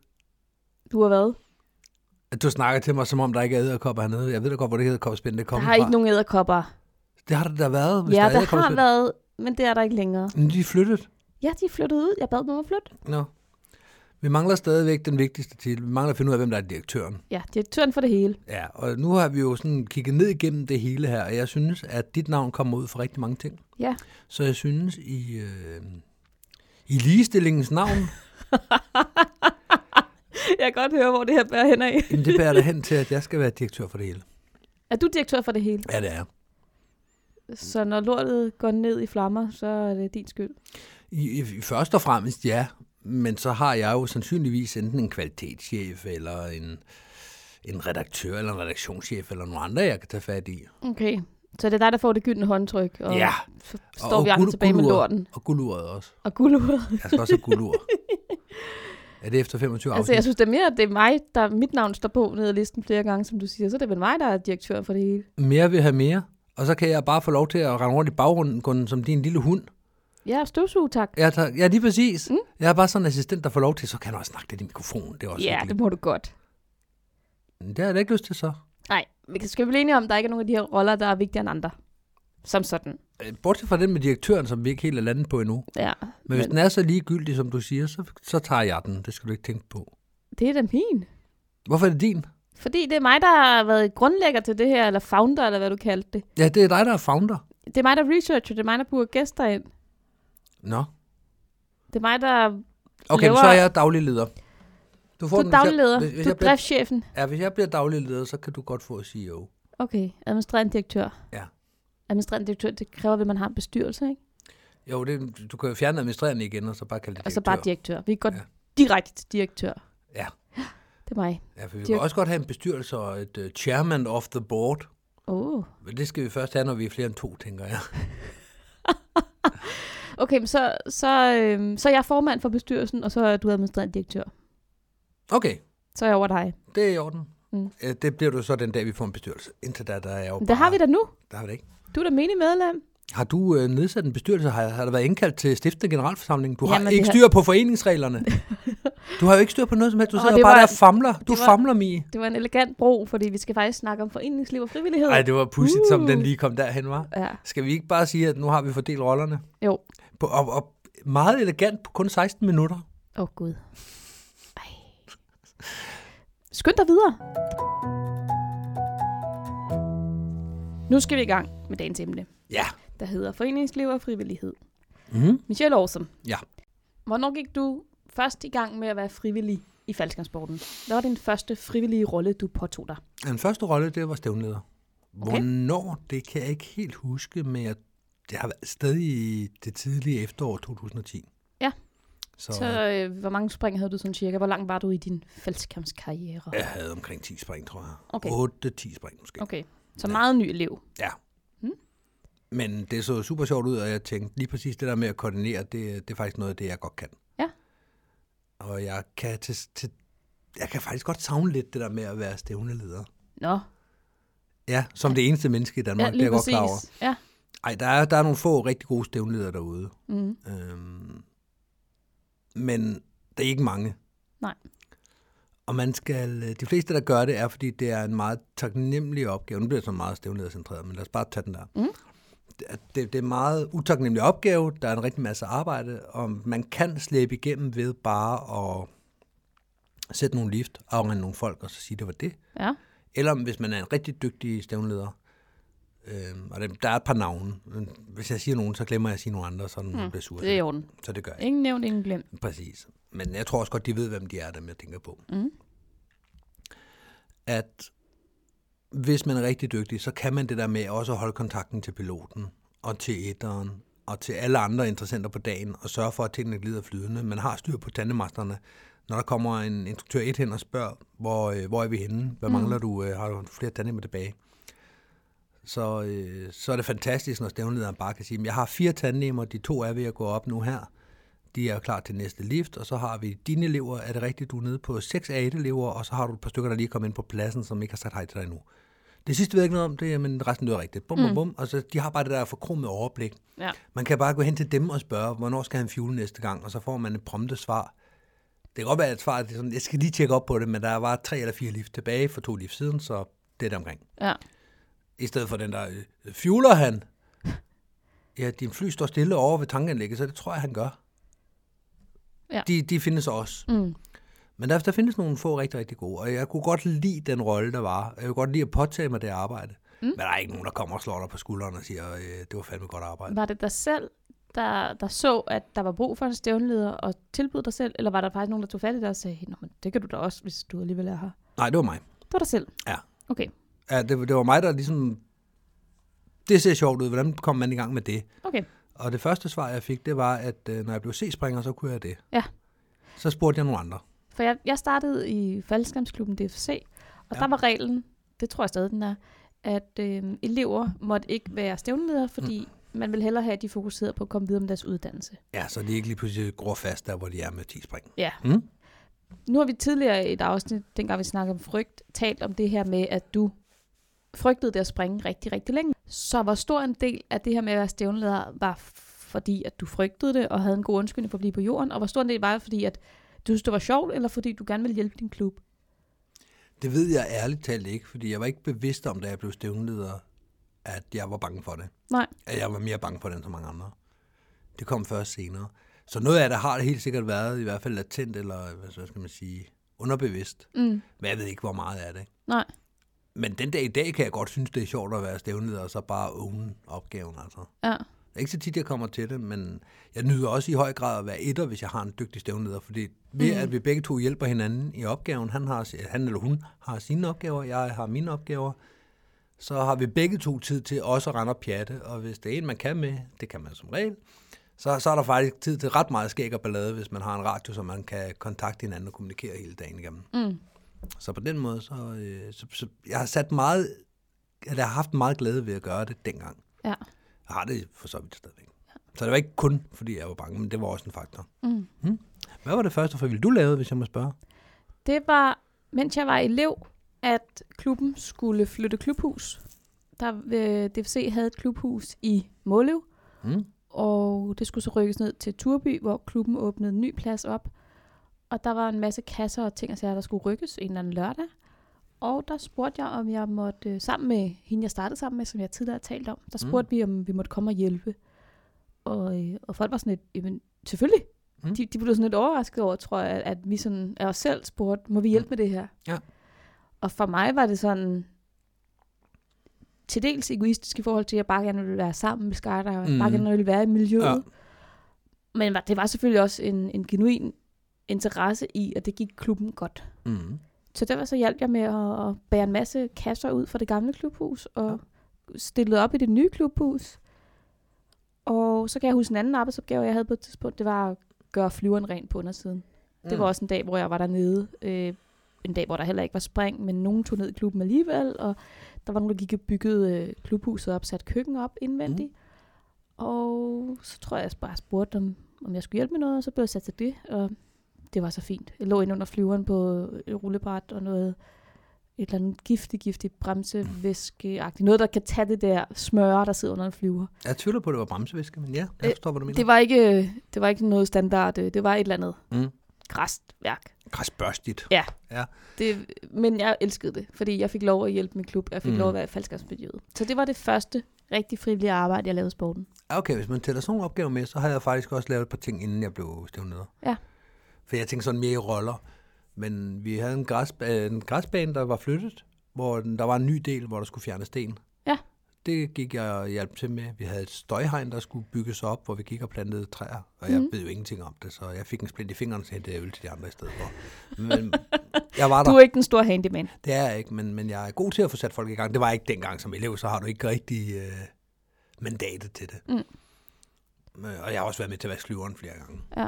Speaker 3: Du har været.
Speaker 2: At du snakker til mig, som om der ikke er æderkopper hernede. Jeg ved da godt, hvor det æderkopspinde det
Speaker 3: Der
Speaker 2: kommer
Speaker 3: har
Speaker 2: fra.
Speaker 3: ikke nogen edderkopper.
Speaker 2: Det har der da været, hvis
Speaker 3: Ja,
Speaker 2: der, er
Speaker 3: der har
Speaker 2: edderkoppespinde.
Speaker 3: været, men det er der ikke længere.
Speaker 2: Men de er flyttet.
Speaker 3: Ja, de er flyttet ud. Jeg bad dem om at flytte.
Speaker 2: Nå. Vi mangler stadigvæk den vigtigste titel. Vi mangler at finde ud af, hvem der er direktøren.
Speaker 3: Ja, direktøren for det hele.
Speaker 2: Ja, og nu har vi jo sådan kigget ned igennem det hele her, og jeg synes, at dit navn kommer ud for rigtig mange ting.
Speaker 3: Ja.
Speaker 2: Så jeg synes, i, øh, i ligestillingens navn,
Speaker 3: Jeg kan godt høre, hvor det her bærer hen af.
Speaker 2: jamen, det bærer dig hen til, at jeg skal være direktør for det hele.
Speaker 3: Er du direktør for det hele?
Speaker 2: Ja, det er jeg.
Speaker 3: Så når lortet går ned i flammer, så er det din skyld.
Speaker 2: I, i, først og fremmest ja, men så har jeg jo sandsynligvis enten en kvalitetschef, eller en, en redaktør, eller en redaktionschef, eller nogle andre, jeg kan tage fat i.
Speaker 3: Okay. Så det er dig, der får det gyldne håndtryk, og
Speaker 2: Ja.
Speaker 3: så står vi andre
Speaker 2: guld-
Speaker 3: tilbage med
Speaker 2: gulduret.
Speaker 3: lorten
Speaker 2: Og gulduret også.
Speaker 3: og gulduret.
Speaker 2: Jeg skal også have guldur. er det efter 25
Speaker 3: Altså,
Speaker 2: afsnit?
Speaker 3: jeg synes det er mere, at det er mig, der mit navn står på nede i listen flere gange, som du siger. Så er det vel mig, der er direktør for det hele.
Speaker 2: Mere vil have mere. Og så kan jeg bare få lov til at rende rundt i baggrunden kun som din lille hund.
Speaker 3: Ja, støvsuge, tak.
Speaker 2: Jeg tager, ja, lige præcis. Mm. Jeg er bare sådan en assistent, der får lov til, så kan jeg også snakke lidt i mikrofonen. Det er også
Speaker 3: Ja, det
Speaker 2: hyggeligt.
Speaker 3: må du godt.
Speaker 2: det... har jeg da ikke lyst til så.
Speaker 3: Nej, vi kan- skal vi blive enige om, at der ikke er nogen af de her roller, der er vigtigere end andre. Som sådan.
Speaker 2: Øh, Bortset fra den med direktøren, som vi ikke helt er landet på endnu.
Speaker 3: Ja.
Speaker 2: Men hvis den er så ligegyldig, som du siger, så, så tager jeg den. Det skal du ikke tænke på.
Speaker 3: Det er da min.
Speaker 2: Hvorfor er det din?
Speaker 3: Fordi det er mig, der har været grundlægger til det her, eller founder, eller hvad du kaldte det.
Speaker 2: Ja, det er dig, der er founder.
Speaker 3: Det er mig, der researcher, det er mig, der booker gæster ind.
Speaker 2: Nå.
Speaker 3: Det er mig, der...
Speaker 2: Okay, men
Speaker 3: Laver-
Speaker 2: så er jeg daglig leder.
Speaker 3: Du
Speaker 2: får
Speaker 3: er
Speaker 2: den, hvis jeg-
Speaker 3: dagleder,
Speaker 2: hvis- hvis
Speaker 3: du
Speaker 2: jeg
Speaker 3: er
Speaker 2: bliver-
Speaker 3: driftschefen.
Speaker 2: Ja, hvis jeg bliver daglig leder, så kan du godt få E CEO.
Speaker 3: Okay, administrerende direktør.
Speaker 2: Ja.
Speaker 3: Administrerende direktør, det kræver, at man har en bestyrelse, ikke?
Speaker 2: Jo, det, du kan jo fjerne administrerende igen, og så bare kalde det
Speaker 3: Og så
Speaker 2: direktør.
Speaker 3: bare direktør. Vi går
Speaker 2: Ja.
Speaker 3: ja. direkte til direktør. Det er mig.
Speaker 2: Ja, for vi
Speaker 3: De
Speaker 2: kan
Speaker 3: har-
Speaker 2: også godt have en bestyrelse og et øh, chairman of the board.
Speaker 3: Åh. Oh.
Speaker 2: Men det skal vi først have, når vi er flere end to, tænker jeg.
Speaker 3: Okay, men så, så, øhm, så er jeg formand for bestyrelsen, og så er du administrerende direktør.
Speaker 2: Okay,
Speaker 3: Så er jeg over dig.
Speaker 2: det er i orden.
Speaker 3: Mm.
Speaker 2: Mm. Det bliver du så den dag, vi får en bestyrelse. Indtil da, der er jeg jo
Speaker 3: Men det har vi da nu.
Speaker 2: Der har vi det ikke.
Speaker 3: Du er da menig medlem.
Speaker 2: Har du øh, nedsat en bestyrelse? Har, har der været indkaldt til stiftende generalforsamling? Du har
Speaker 3: Jamen, det
Speaker 2: ikke
Speaker 3: har-
Speaker 2: styr på foreningsreglerne. du har jo ikke styr på noget som helst. Du
Speaker 3: Åh,
Speaker 2: sidder
Speaker 3: det
Speaker 2: bare
Speaker 3: var-
Speaker 2: der og famler. Du
Speaker 3: det var-
Speaker 2: famler, Mie.
Speaker 3: Det var en elegant bro, fordi vi skal faktisk snakke om foreningsliv og frivillighed.
Speaker 2: Ej, det var pudsigt, uh. som
Speaker 3: Uh.
Speaker 2: den lige kom derhen, var.
Speaker 3: Ja,
Speaker 2: Skal vi ikke bare sige, at nu har vi fordelt rollerne?
Speaker 3: jo.
Speaker 2: På, og, og meget elegant på kun 16 minutter.
Speaker 3: Åh, oh, Gud. Ej. Skynd dig videre. Nu skal vi i gang med dagens emne,
Speaker 2: Ja.
Speaker 3: der hedder foreningsliv og frivillighed.
Speaker 2: Mm.
Speaker 3: Michelle Aarsom.
Speaker 2: Ja.
Speaker 3: Hvornår gik du først i gang med at være frivillig i faldskærmsporten? Hvad var din første frivillige rolle, du påtog dig?
Speaker 2: Den første rolle, det var stævnleder. Okay. Hvornår, det kan jeg ikke helt huske, men jeg, det har været stadig i det tidlige efterår 2010.
Speaker 3: Ja.
Speaker 2: Så,
Speaker 3: Så øh, hvor mange spring havde du sådan cirka? Hvor langt var du i din faldskærmskarriere?
Speaker 2: jeg havde omkring 10 spring, tror jeg.
Speaker 3: Okay.
Speaker 2: 8-10 spring måske.
Speaker 3: Okay, så meget ny elev.
Speaker 2: Ja.
Speaker 3: Mm.
Speaker 2: Men det så super sjovt ud, og jeg tænkte, lige præcis det der med at koordinere, det, det er faktisk noget af det, jeg godt kan.
Speaker 3: Ja.
Speaker 2: Og jeg kan, til, til, jeg kan faktisk godt savne lidt det der med at være stævneleder.
Speaker 3: Nå,
Speaker 2: Ja, som det eneste menneske i Danmark,
Speaker 3: ja,
Speaker 2: det er
Speaker 3: lige
Speaker 2: jeg godt klar over.
Speaker 3: præcis. Ja.
Speaker 2: Ej, der er, der er nogle få rigtig gode stævnledere derude.
Speaker 3: Mm.
Speaker 2: Øhm, men det er ikke mange.
Speaker 3: Nej.
Speaker 2: Og man skal, øh, de fleste, der gør det, er, fordi det er en meget taknemmelig opgave. Nu bliver det så meget stævnledercentreret, men lad os bare tage den der.
Speaker 3: Mm.
Speaker 2: Det, er- det, det er en meget utaknemmelig opgave. Der er en rigtig masse arbejde, og man kan slæbe igennem ved bare at sætte nogle lift, afrende nogle folk, og så sige, det var det.
Speaker 3: Ja.
Speaker 2: Eller hvis man er en rigtig dygtig stævnleder, øhm, og dem- der er et par navne. Men Hvis jeg siger nogen, så glemmer jeg at sige nogle andre, så er nogen mm, bliver sur.
Speaker 3: Det er i orden.
Speaker 2: Så det gør jeg ikke.
Speaker 3: Ingen nævnt, ingen glemt.
Speaker 2: Præcis. Men jeg tror også godt, de ved, hvem de er, dem jeg tænker på.
Speaker 3: Mm.
Speaker 2: At hvis man er rigtig dygtig, så kan man det der med også at holde kontakten til piloten og til etteren og til alle andre interessenter på dagen og sørge for, at tingene glider flydende. Man har styr på tandemasterne. Når der kommer en instruktør et hen og spørger, hvor, øh, hvor er vi henne? Hvad mangler du? Øh, Har du flere tandemer tilbage? Så, øh, så er det fantastisk, når stævnlederen bare kan sige, "Men jeg har fire tandemmer, de to er ved at gå op nu her de er klar til næste lift, og så har vi dine elever, er det rigtigt, du er nede på 6 af 8 elever, og så har du et par stykker, der lige er kommet ind på pladsen, som ikke har sagt hej til dig endnu. Det sidste ved jeg ikke noget om, det, er- men resten lyder rigtigt. Bum, bum, bum. Og så de har bare det der forkromede overblik.
Speaker 3: Ja.
Speaker 2: Man kan bare gå hen til dem og spørge, hvornår skal han fjule næste gang, og så får man et prompte svar. Det kan godt være, at svaret er sådan, jeg skal lige tjekke op på det, men der var tre eller fire lift tilbage for to lift siden, så det er der omkring.
Speaker 3: Ja.
Speaker 2: I stedet for den der, øh, fjuler han? Ja, din fly står stille over ved tankanlægget, så det tror jeg, han gør.
Speaker 3: Ja.
Speaker 2: De, de findes også.
Speaker 3: Mm.
Speaker 2: Men der, der findes nogle få rigtig, rigtig gode, og jeg kunne godt lide den rolle, der var. Jeg kunne godt lide at påtage mig det arbejde. Mm. Men der er ikke nogen, der kommer og slår dig på skulderen og siger, øh, det var fandme godt arbejde.
Speaker 3: Var det dig selv, der, der så, at der var brug for en stævnleder og tilbød dig selv? Eller var der faktisk nogen, der tog fat i dig og sagde, Nå, men det kan du da også, hvis du alligevel er her?
Speaker 2: Nej, det var mig.
Speaker 3: Det var dig selv?
Speaker 2: Ja.
Speaker 3: Okay,
Speaker 2: Ja, det, det var mig, der ligesom... Det ser sjovt ud. Hvordan kom man i gang med det?
Speaker 3: okay.
Speaker 2: Og det første svar, jeg fik, det var, at øh, når jeg blev C-springer, så kunne jeg det.
Speaker 3: Ja.
Speaker 2: Så spurgte jeg nogle andre.
Speaker 3: For jeg, jeg startede i faldskærmsklubben DFC, og ja.
Speaker 2: Ja.
Speaker 3: der var reglen, det tror jeg stadig den er, at øh, elever måtte ikke være stævnledere, fordi mm. man ville hellere have, at de fokuserede på at komme videre med deres uddannelse.
Speaker 2: Ja, så de ikke lige pludselig gror fast der, hvor de er med 10 spring.
Speaker 3: Ja.
Speaker 2: Mm?
Speaker 3: Nu har vi tidligere i et afsnit, dengang vi snakkede om frygt, talt om det her med, at du frygtede det at springe rigtig, rigtig længe. Så hvor stor en del af det her med at være stævnleder var f- fordi, at du frygtede det og havde en god undskyldning for at blive på jorden? Og hvor stor en del var det fordi, at du synes, det var sjovt, eller fordi du gerne ville hjælpe din klub?
Speaker 2: Det ved jeg ærligt talt ikke, fordi jeg var ikke bevidst om, da jeg blev stævnleder, at jeg var bange for det.
Speaker 3: Nej.
Speaker 2: At jeg var mere bange for det end så mange andre. Det kom først senere. Så noget af det har det helt sikkert været, i hvert fald latent, eller hvad så skal man sige, underbevidst.
Speaker 3: Mm.
Speaker 2: Men jeg ved ikke, hvor meget af det.
Speaker 3: Nej.
Speaker 2: Men den dag i dag kan jeg godt synes, det er sjovt at være stævnleder, og så bare own opgaven, altså.
Speaker 3: Ja.
Speaker 2: Det er ikke så tit, jeg kommer til det, men jeg nyder også i høj grad at være etter, hvis jeg har en dygtig stævnleder, fordi ved mm. at vi begge to hjælper hinanden i opgaven, han, har, han eller hun har sine opgaver, jeg har mine opgaver, så har vi begge to tid til også at rende og pjatte, og hvis det er en, man kan med, det kan man som regel, så, så er der faktisk tid til ret meget skæg og ballade, hvis man har en radio, så man kan kontakte hinanden og kommunikere hele dagen igennem.
Speaker 3: Mm.
Speaker 2: Så på den måde, så, øh, så, så jeg har sat meget, eller jeg har haft meget glæde ved at gøre det dengang.
Speaker 3: Ja.
Speaker 2: Jeg har det for så vidt stadigvæk. Så det var ikke kun, fordi jeg var bange, men det var også en faktor.
Speaker 3: Mm.
Speaker 2: Mm. Hvad var det første frivillige, du lavede, hvis jeg må spørge?
Speaker 3: Det var, mens jeg var elev, at klubben skulle flytte klubhus. Der, øh, DFC havde et klubhus i Måløv,
Speaker 2: Mm.
Speaker 3: og det skulle så rykkes ned til Turby, hvor klubben åbnede en ny plads op. Og der var en masse kasser og ting og sager, der skulle rykkes en eller anden lørdag. Og der spurgte jeg, om jeg måtte, øh, sammen med hende, jeg startede sammen med, som jeg tidligere har talt om, der
Speaker 2: Mm.
Speaker 3: spurgte mm. vi, om vi måtte komme og hjælpe. Og, øh, og folk var sådan lidt, jamen selvfølgelig.
Speaker 2: Mm.
Speaker 3: Mm. De, de blev sådan lidt overrasket over, tror jeg, at, at vi sådan af os selv spurgte, må vi hjælpe mm. med det her?
Speaker 2: Ja.
Speaker 3: Og for mig var det sådan, til dels egoistisk i forhold til, at jeg bare gerne ville være sammen med skater, og
Speaker 2: Mhm.
Speaker 3: mm. bare gerne ville være i miljøet.
Speaker 2: Ja.
Speaker 3: Ja. Men var- det var selvfølgelig også en, en genuin interesse i, at det gik klubben godt.
Speaker 2: Mm.
Speaker 3: Så derfor så hjalp jeg med at, at bære en masse kasser ud fra det gamle klubhus, og ja. stillede op i det nye klubhus. Og så kan jeg huske en anden arbejdsopgave, jeg havde på et tidspunkt, det var at gøre flyveren ren på undersiden. Det
Speaker 2: Mm.
Speaker 3: var også en dag, hvor jeg var dernede. Øh, en dag, hvor der heller ikke var spring, men nogen tog ned i klubben alligevel, og der var nogen, der gik og byggede øh, klubhuset op, satte køkken op indvendigt. Mm. Og så tror jeg, jeg bare spurgte, om, om jeg skulle hjælpe med noget, og så blev jeg sat til det, og det var så fint. Jeg lå inde under flyveren på et rullebræt og noget et eller andet giftig, giftig bremsevæskeagtigt. Noget, der kan tage det der smøre, der sidder under en flyver.
Speaker 2: Jeg tvivler på, at det var bremsevæske, men ja, jeg
Speaker 3: Øh,
Speaker 2: forstår, hvad du mener.
Speaker 3: Det var ikke, øh, det var ikke noget standard. øh, Det var et eller andet
Speaker 2: Mm.
Speaker 3: græstværk.
Speaker 2: Græsbørstigt.
Speaker 3: Det, men jeg elskede det, fordi jeg fik lov at hjælpe min klub, og jeg fik
Speaker 2: Mm.
Speaker 3: mm. lov at være i faldskabsmiljøet. Så det var det første rigtig frivillige arbejde, jeg lavede i sporten.
Speaker 2: Ja, Okay, hvis man tæller sådan nogle opgaver med, så har jeg faktisk også lavet et par ting, inden jeg blev stævnet.
Speaker 3: Ja.
Speaker 2: For jeg tænkte sådan mere i roller. Men vi havde en, græs, øh, en græsbane, der var flyttet, hvor den, der var en ny del, hvor der skulle fjernes sten.
Speaker 3: Ja.
Speaker 2: Det gik jeg og hjalp til med. Vi havde et støjhegn, der skulle bygges op, hvor vi gik og plantede træer. Og jeg mm.
Speaker 3: Mhm.
Speaker 2: ved jo ingenting om det, så jeg fik en splint i fingeren, og så hentede jeg øl til de andre i stedet for. Men jeg var der.
Speaker 3: Du er ikke den store handyman.
Speaker 2: Det er jeg ikke, men, men jeg er god til at få sat folk i gang. Det var jeg ikke dengang som elev, så har du ikke rigtig øh, mandatet til det.
Speaker 3: Mm.
Speaker 2: Øh, Og jeg har også været med til at vaske flyveren flere gange.
Speaker 3: Ja.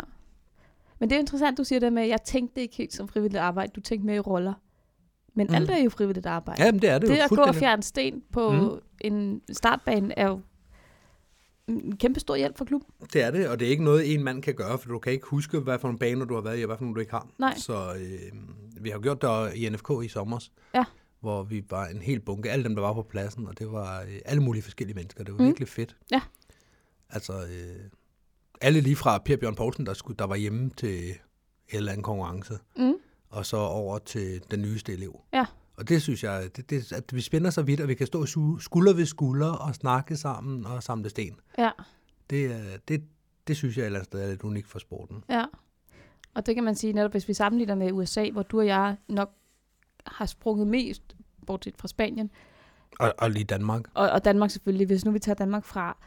Speaker 3: Men det er interessant, du siger det med, at jeg tænkte ikke helt som frivilligt arbejde. Du tænkte mere i roller. Men
Speaker 2: Mm.
Speaker 3: mm. alt er jo frivilligt arbejde.
Speaker 2: Ja, men det er det,
Speaker 3: det
Speaker 2: jo
Speaker 3: at gå og fjerne sten på
Speaker 2: Mm.
Speaker 3: mm. en startbane er jo en kæmpe stor hjælp for klubben.
Speaker 2: Det er det, og det er ikke noget, en mand kan gøre, for du kan ikke huske, hvad for en baner du har været i, og hvad for nogle du ikke har.
Speaker 3: Nej.
Speaker 2: Så øh, vi har jo gjort det i NFK i sommer,
Speaker 3: Ja.
Speaker 2: hvor vi var en hel bunke, alle dem, der var på pladsen, og det var øh, alle mulige forskellige mennesker. Det var mm.
Speaker 3: Mm.
Speaker 2: virkelig fedt.
Speaker 3: Ja.
Speaker 2: Altså, øh, alle lige fra Per Bjørn Poulsen, der, skulle, der var hjemme til en eller anden konkurrence,
Speaker 3: Mm.
Speaker 2: og så over til den nyeste elev.
Speaker 3: Ja.
Speaker 2: Og det synes jeg, det, det, at vi spænder så vidt, og vi kan stå su- skulder ved skulder og snakke sammen og samle sten.
Speaker 3: Ja,
Speaker 2: Det, er- det, det synes jeg et eller andet sted er lidt unikt for sporten.
Speaker 3: ja. Og det kan man sige netop, hvis vi sammenligner med USA, hvor du og jeg nok har sprunget mest, bortset fra Spanien,
Speaker 2: Og, og lige Danmark.
Speaker 3: og, og Danmark selvfølgelig, hvis nu vi tager Danmark fra,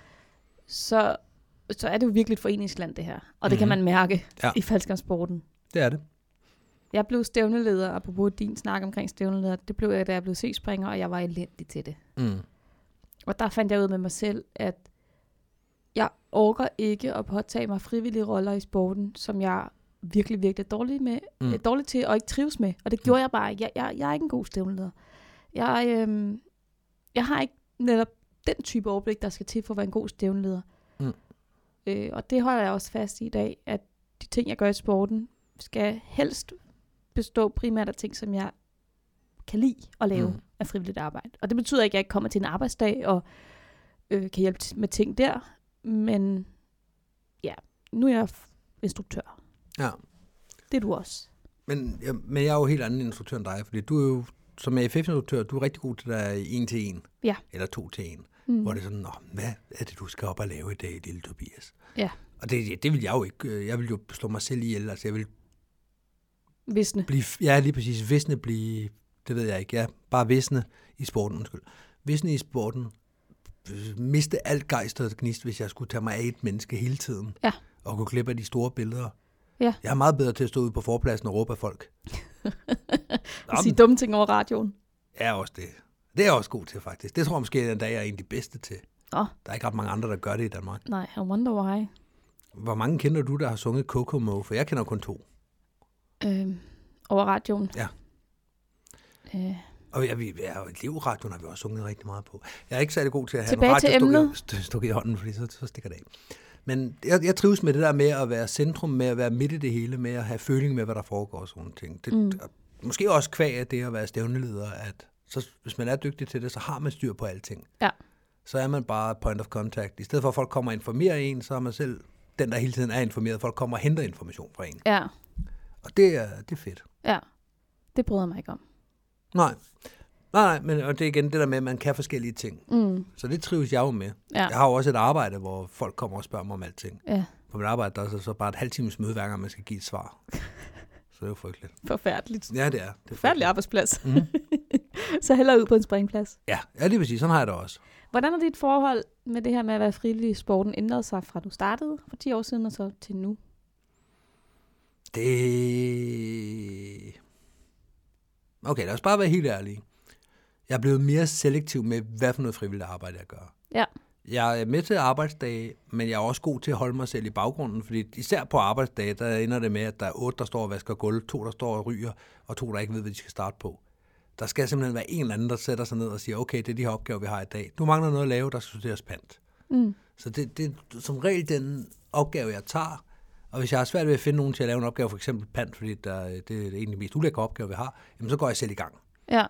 Speaker 3: så, så er det jo virkelig et foreningsland, det her. Og det mm. kan
Speaker 2: Mhm.
Speaker 3: man mærke
Speaker 2: Ja.
Speaker 3: ja. i faldskabssporten.
Speaker 2: Det er det.
Speaker 3: Jeg blev stævneleder, apropos din snak omkring stævneleder, det blev jeg, da jeg blev C-springer, og jeg var elendig til det.
Speaker 2: Mm.
Speaker 3: Og der fandt jeg ud med mig selv, at jeg orker ikke at påtage mig frivillige roller i sporten, som jeg virkelig, virkelig er dårlig, med,
Speaker 2: Mm.
Speaker 3: mm. dårlig til og ikke trives med. Og det gjorde jeg bare ikke. Jeg, jeg, jeg er ikke en god stævneleder. Jeg, øhm, jeg har ikke netop den type overblik, der skal til for at være en god stævneleder.
Speaker 2: Mm.
Speaker 3: Øh, og det holder jeg også fast i i dag, at de ting, jeg gør i sporten, skal helst bestå primært af ting, som jeg kan lide at lave
Speaker 2: Mm.
Speaker 3: mm. af frivilligt arbejde. Og det betyder ikke, at jeg ikke kommer til en arbejdsdag og øh, kan hjælpe t- med ting der, men ja, nu er jeg f- instruktør.
Speaker 2: Ja.
Speaker 3: Det er du også.
Speaker 2: Men, ja, men jeg er jo helt anden instruktør end dig, fordi du er jo som AFF-instruktør, du er rigtig god til dig en til en.
Speaker 3: Ja.
Speaker 2: Eller to til en. Mm.
Speaker 3: Mm.
Speaker 2: Hvor det er sådan, Nå, hvad er det, du skal op og lave i dag, lille Tobias?
Speaker 3: Ja.
Speaker 2: Og det, ja, det vil jeg jo ikke. øh, Jeg vil jo slå mig selv ihjel. Altså, jeg vil
Speaker 3: Visne.
Speaker 2: blive, jeg er lige præcis visne blive, det ved jeg ikke, ja, bare visne i sporten, undskyld. Visne i sporten, øh, miste alt gejst og gnist, hvis jeg skulle tage mig af et menneske hele tiden.
Speaker 3: Ja.
Speaker 2: Og gå glip af de store billeder.
Speaker 3: Ja.
Speaker 2: Jeg er meget bedre til at stå ude på forpladsen og råbe af folk. Nå,
Speaker 3: Og sige
Speaker 2: men,
Speaker 3: dumme ting over radioen.
Speaker 2: er også det. Det er jeg også god til, faktisk. Det tror jeg måske, at jeg er en af de bedste til.
Speaker 3: Nå,
Speaker 2: Der er ikke ret mange andre, der gør det i Danmark.
Speaker 3: nej, I wonder why.
Speaker 2: Hvor mange kender du, der har sunget Coco Mo? For jeg kender kun to.
Speaker 3: Øhm, over radioen.
Speaker 2: Ja.
Speaker 3: Øh,
Speaker 2: Og jeg, vi, jeg, elevradioen har vi også sunget rigtig meget på. Jeg er ikke særlig god til at have
Speaker 3: Tilbage
Speaker 2: en
Speaker 3: til
Speaker 2: radiostuk
Speaker 3: emnet.
Speaker 2: i, st- stuk i hånden, fordi så, så stikker det af. Men jeg, jeg trives med det der med at være centrum, med at være midt i det hele, med at have føling med, hvad der foregår og sådan nogle ting. Det, mm. Måske også kvæg af det at være stævneleder, at så, hvis man er dygtig til det, så har man styr på alting.
Speaker 3: ja.
Speaker 2: Så er man bare point of contact. I stedet for, at folk kommer og informerer en, så er man selv den, der hele tiden er informeret. Folk kommer og henter information fra en.
Speaker 3: Ja,
Speaker 2: Og det er, det er fedt.
Speaker 3: ja. Det bryder jeg mig ikke om.
Speaker 2: Nej. Nej, nej, men og det er igen det der med, at man kan forskellige ting.
Speaker 3: Mm,
Speaker 2: Så det trives jeg jo med.
Speaker 3: ja,
Speaker 2: Jeg har jo også et arbejde, hvor folk kommer og spørger mig om alting.
Speaker 3: ja.
Speaker 2: På mit arbejde der er så, så bare et halvtimes møde, hver gang man skal give et svar. Så det er jo frygteligt.
Speaker 3: Forfærdeligt.
Speaker 2: Ja, det er. Det er Mhm.
Speaker 3: Forfærdelig arbejdsplads. Mm. så heller ud på en springplads.
Speaker 2: Ja, ja, det vil sige, sådan har jeg det også.
Speaker 3: Hvordan har dit forhold med det her med at være frivillig i sporten ændret sig fra du startede for 10 år siden og så til nu?
Speaker 2: Det... Okay, lad os bare være helt ærlige. Jeg er blevet mere selektiv med, hvad for noget frivilligt arbejde jeg gør.
Speaker 3: Ja,
Speaker 2: Jeg er med til arbejdsdage, men jeg er også god til at holde mig selv i baggrunden, fordi især på arbejdsdage, der ender det med, at der er otte, der står og vasker gulv, to, der står og ryger, og to, der ikke ved, hvad de skal starte på. Der skal simpelthen være en eller anden, der sætter sig ned og siger, okay, det er de her opgaver, vi har i dag. Du mangler noget at lave, der skal studeres pant.
Speaker 3: Mm.
Speaker 2: Så det, det er som regel den opgave, jeg tager. Og hvis jeg har svært ved at finde nogen til at lave en opgave, for eksempel pant, fordi der, det er en af de mest ulækre opgaver, vi har, jamen så går jeg selv i gang
Speaker 3: ja,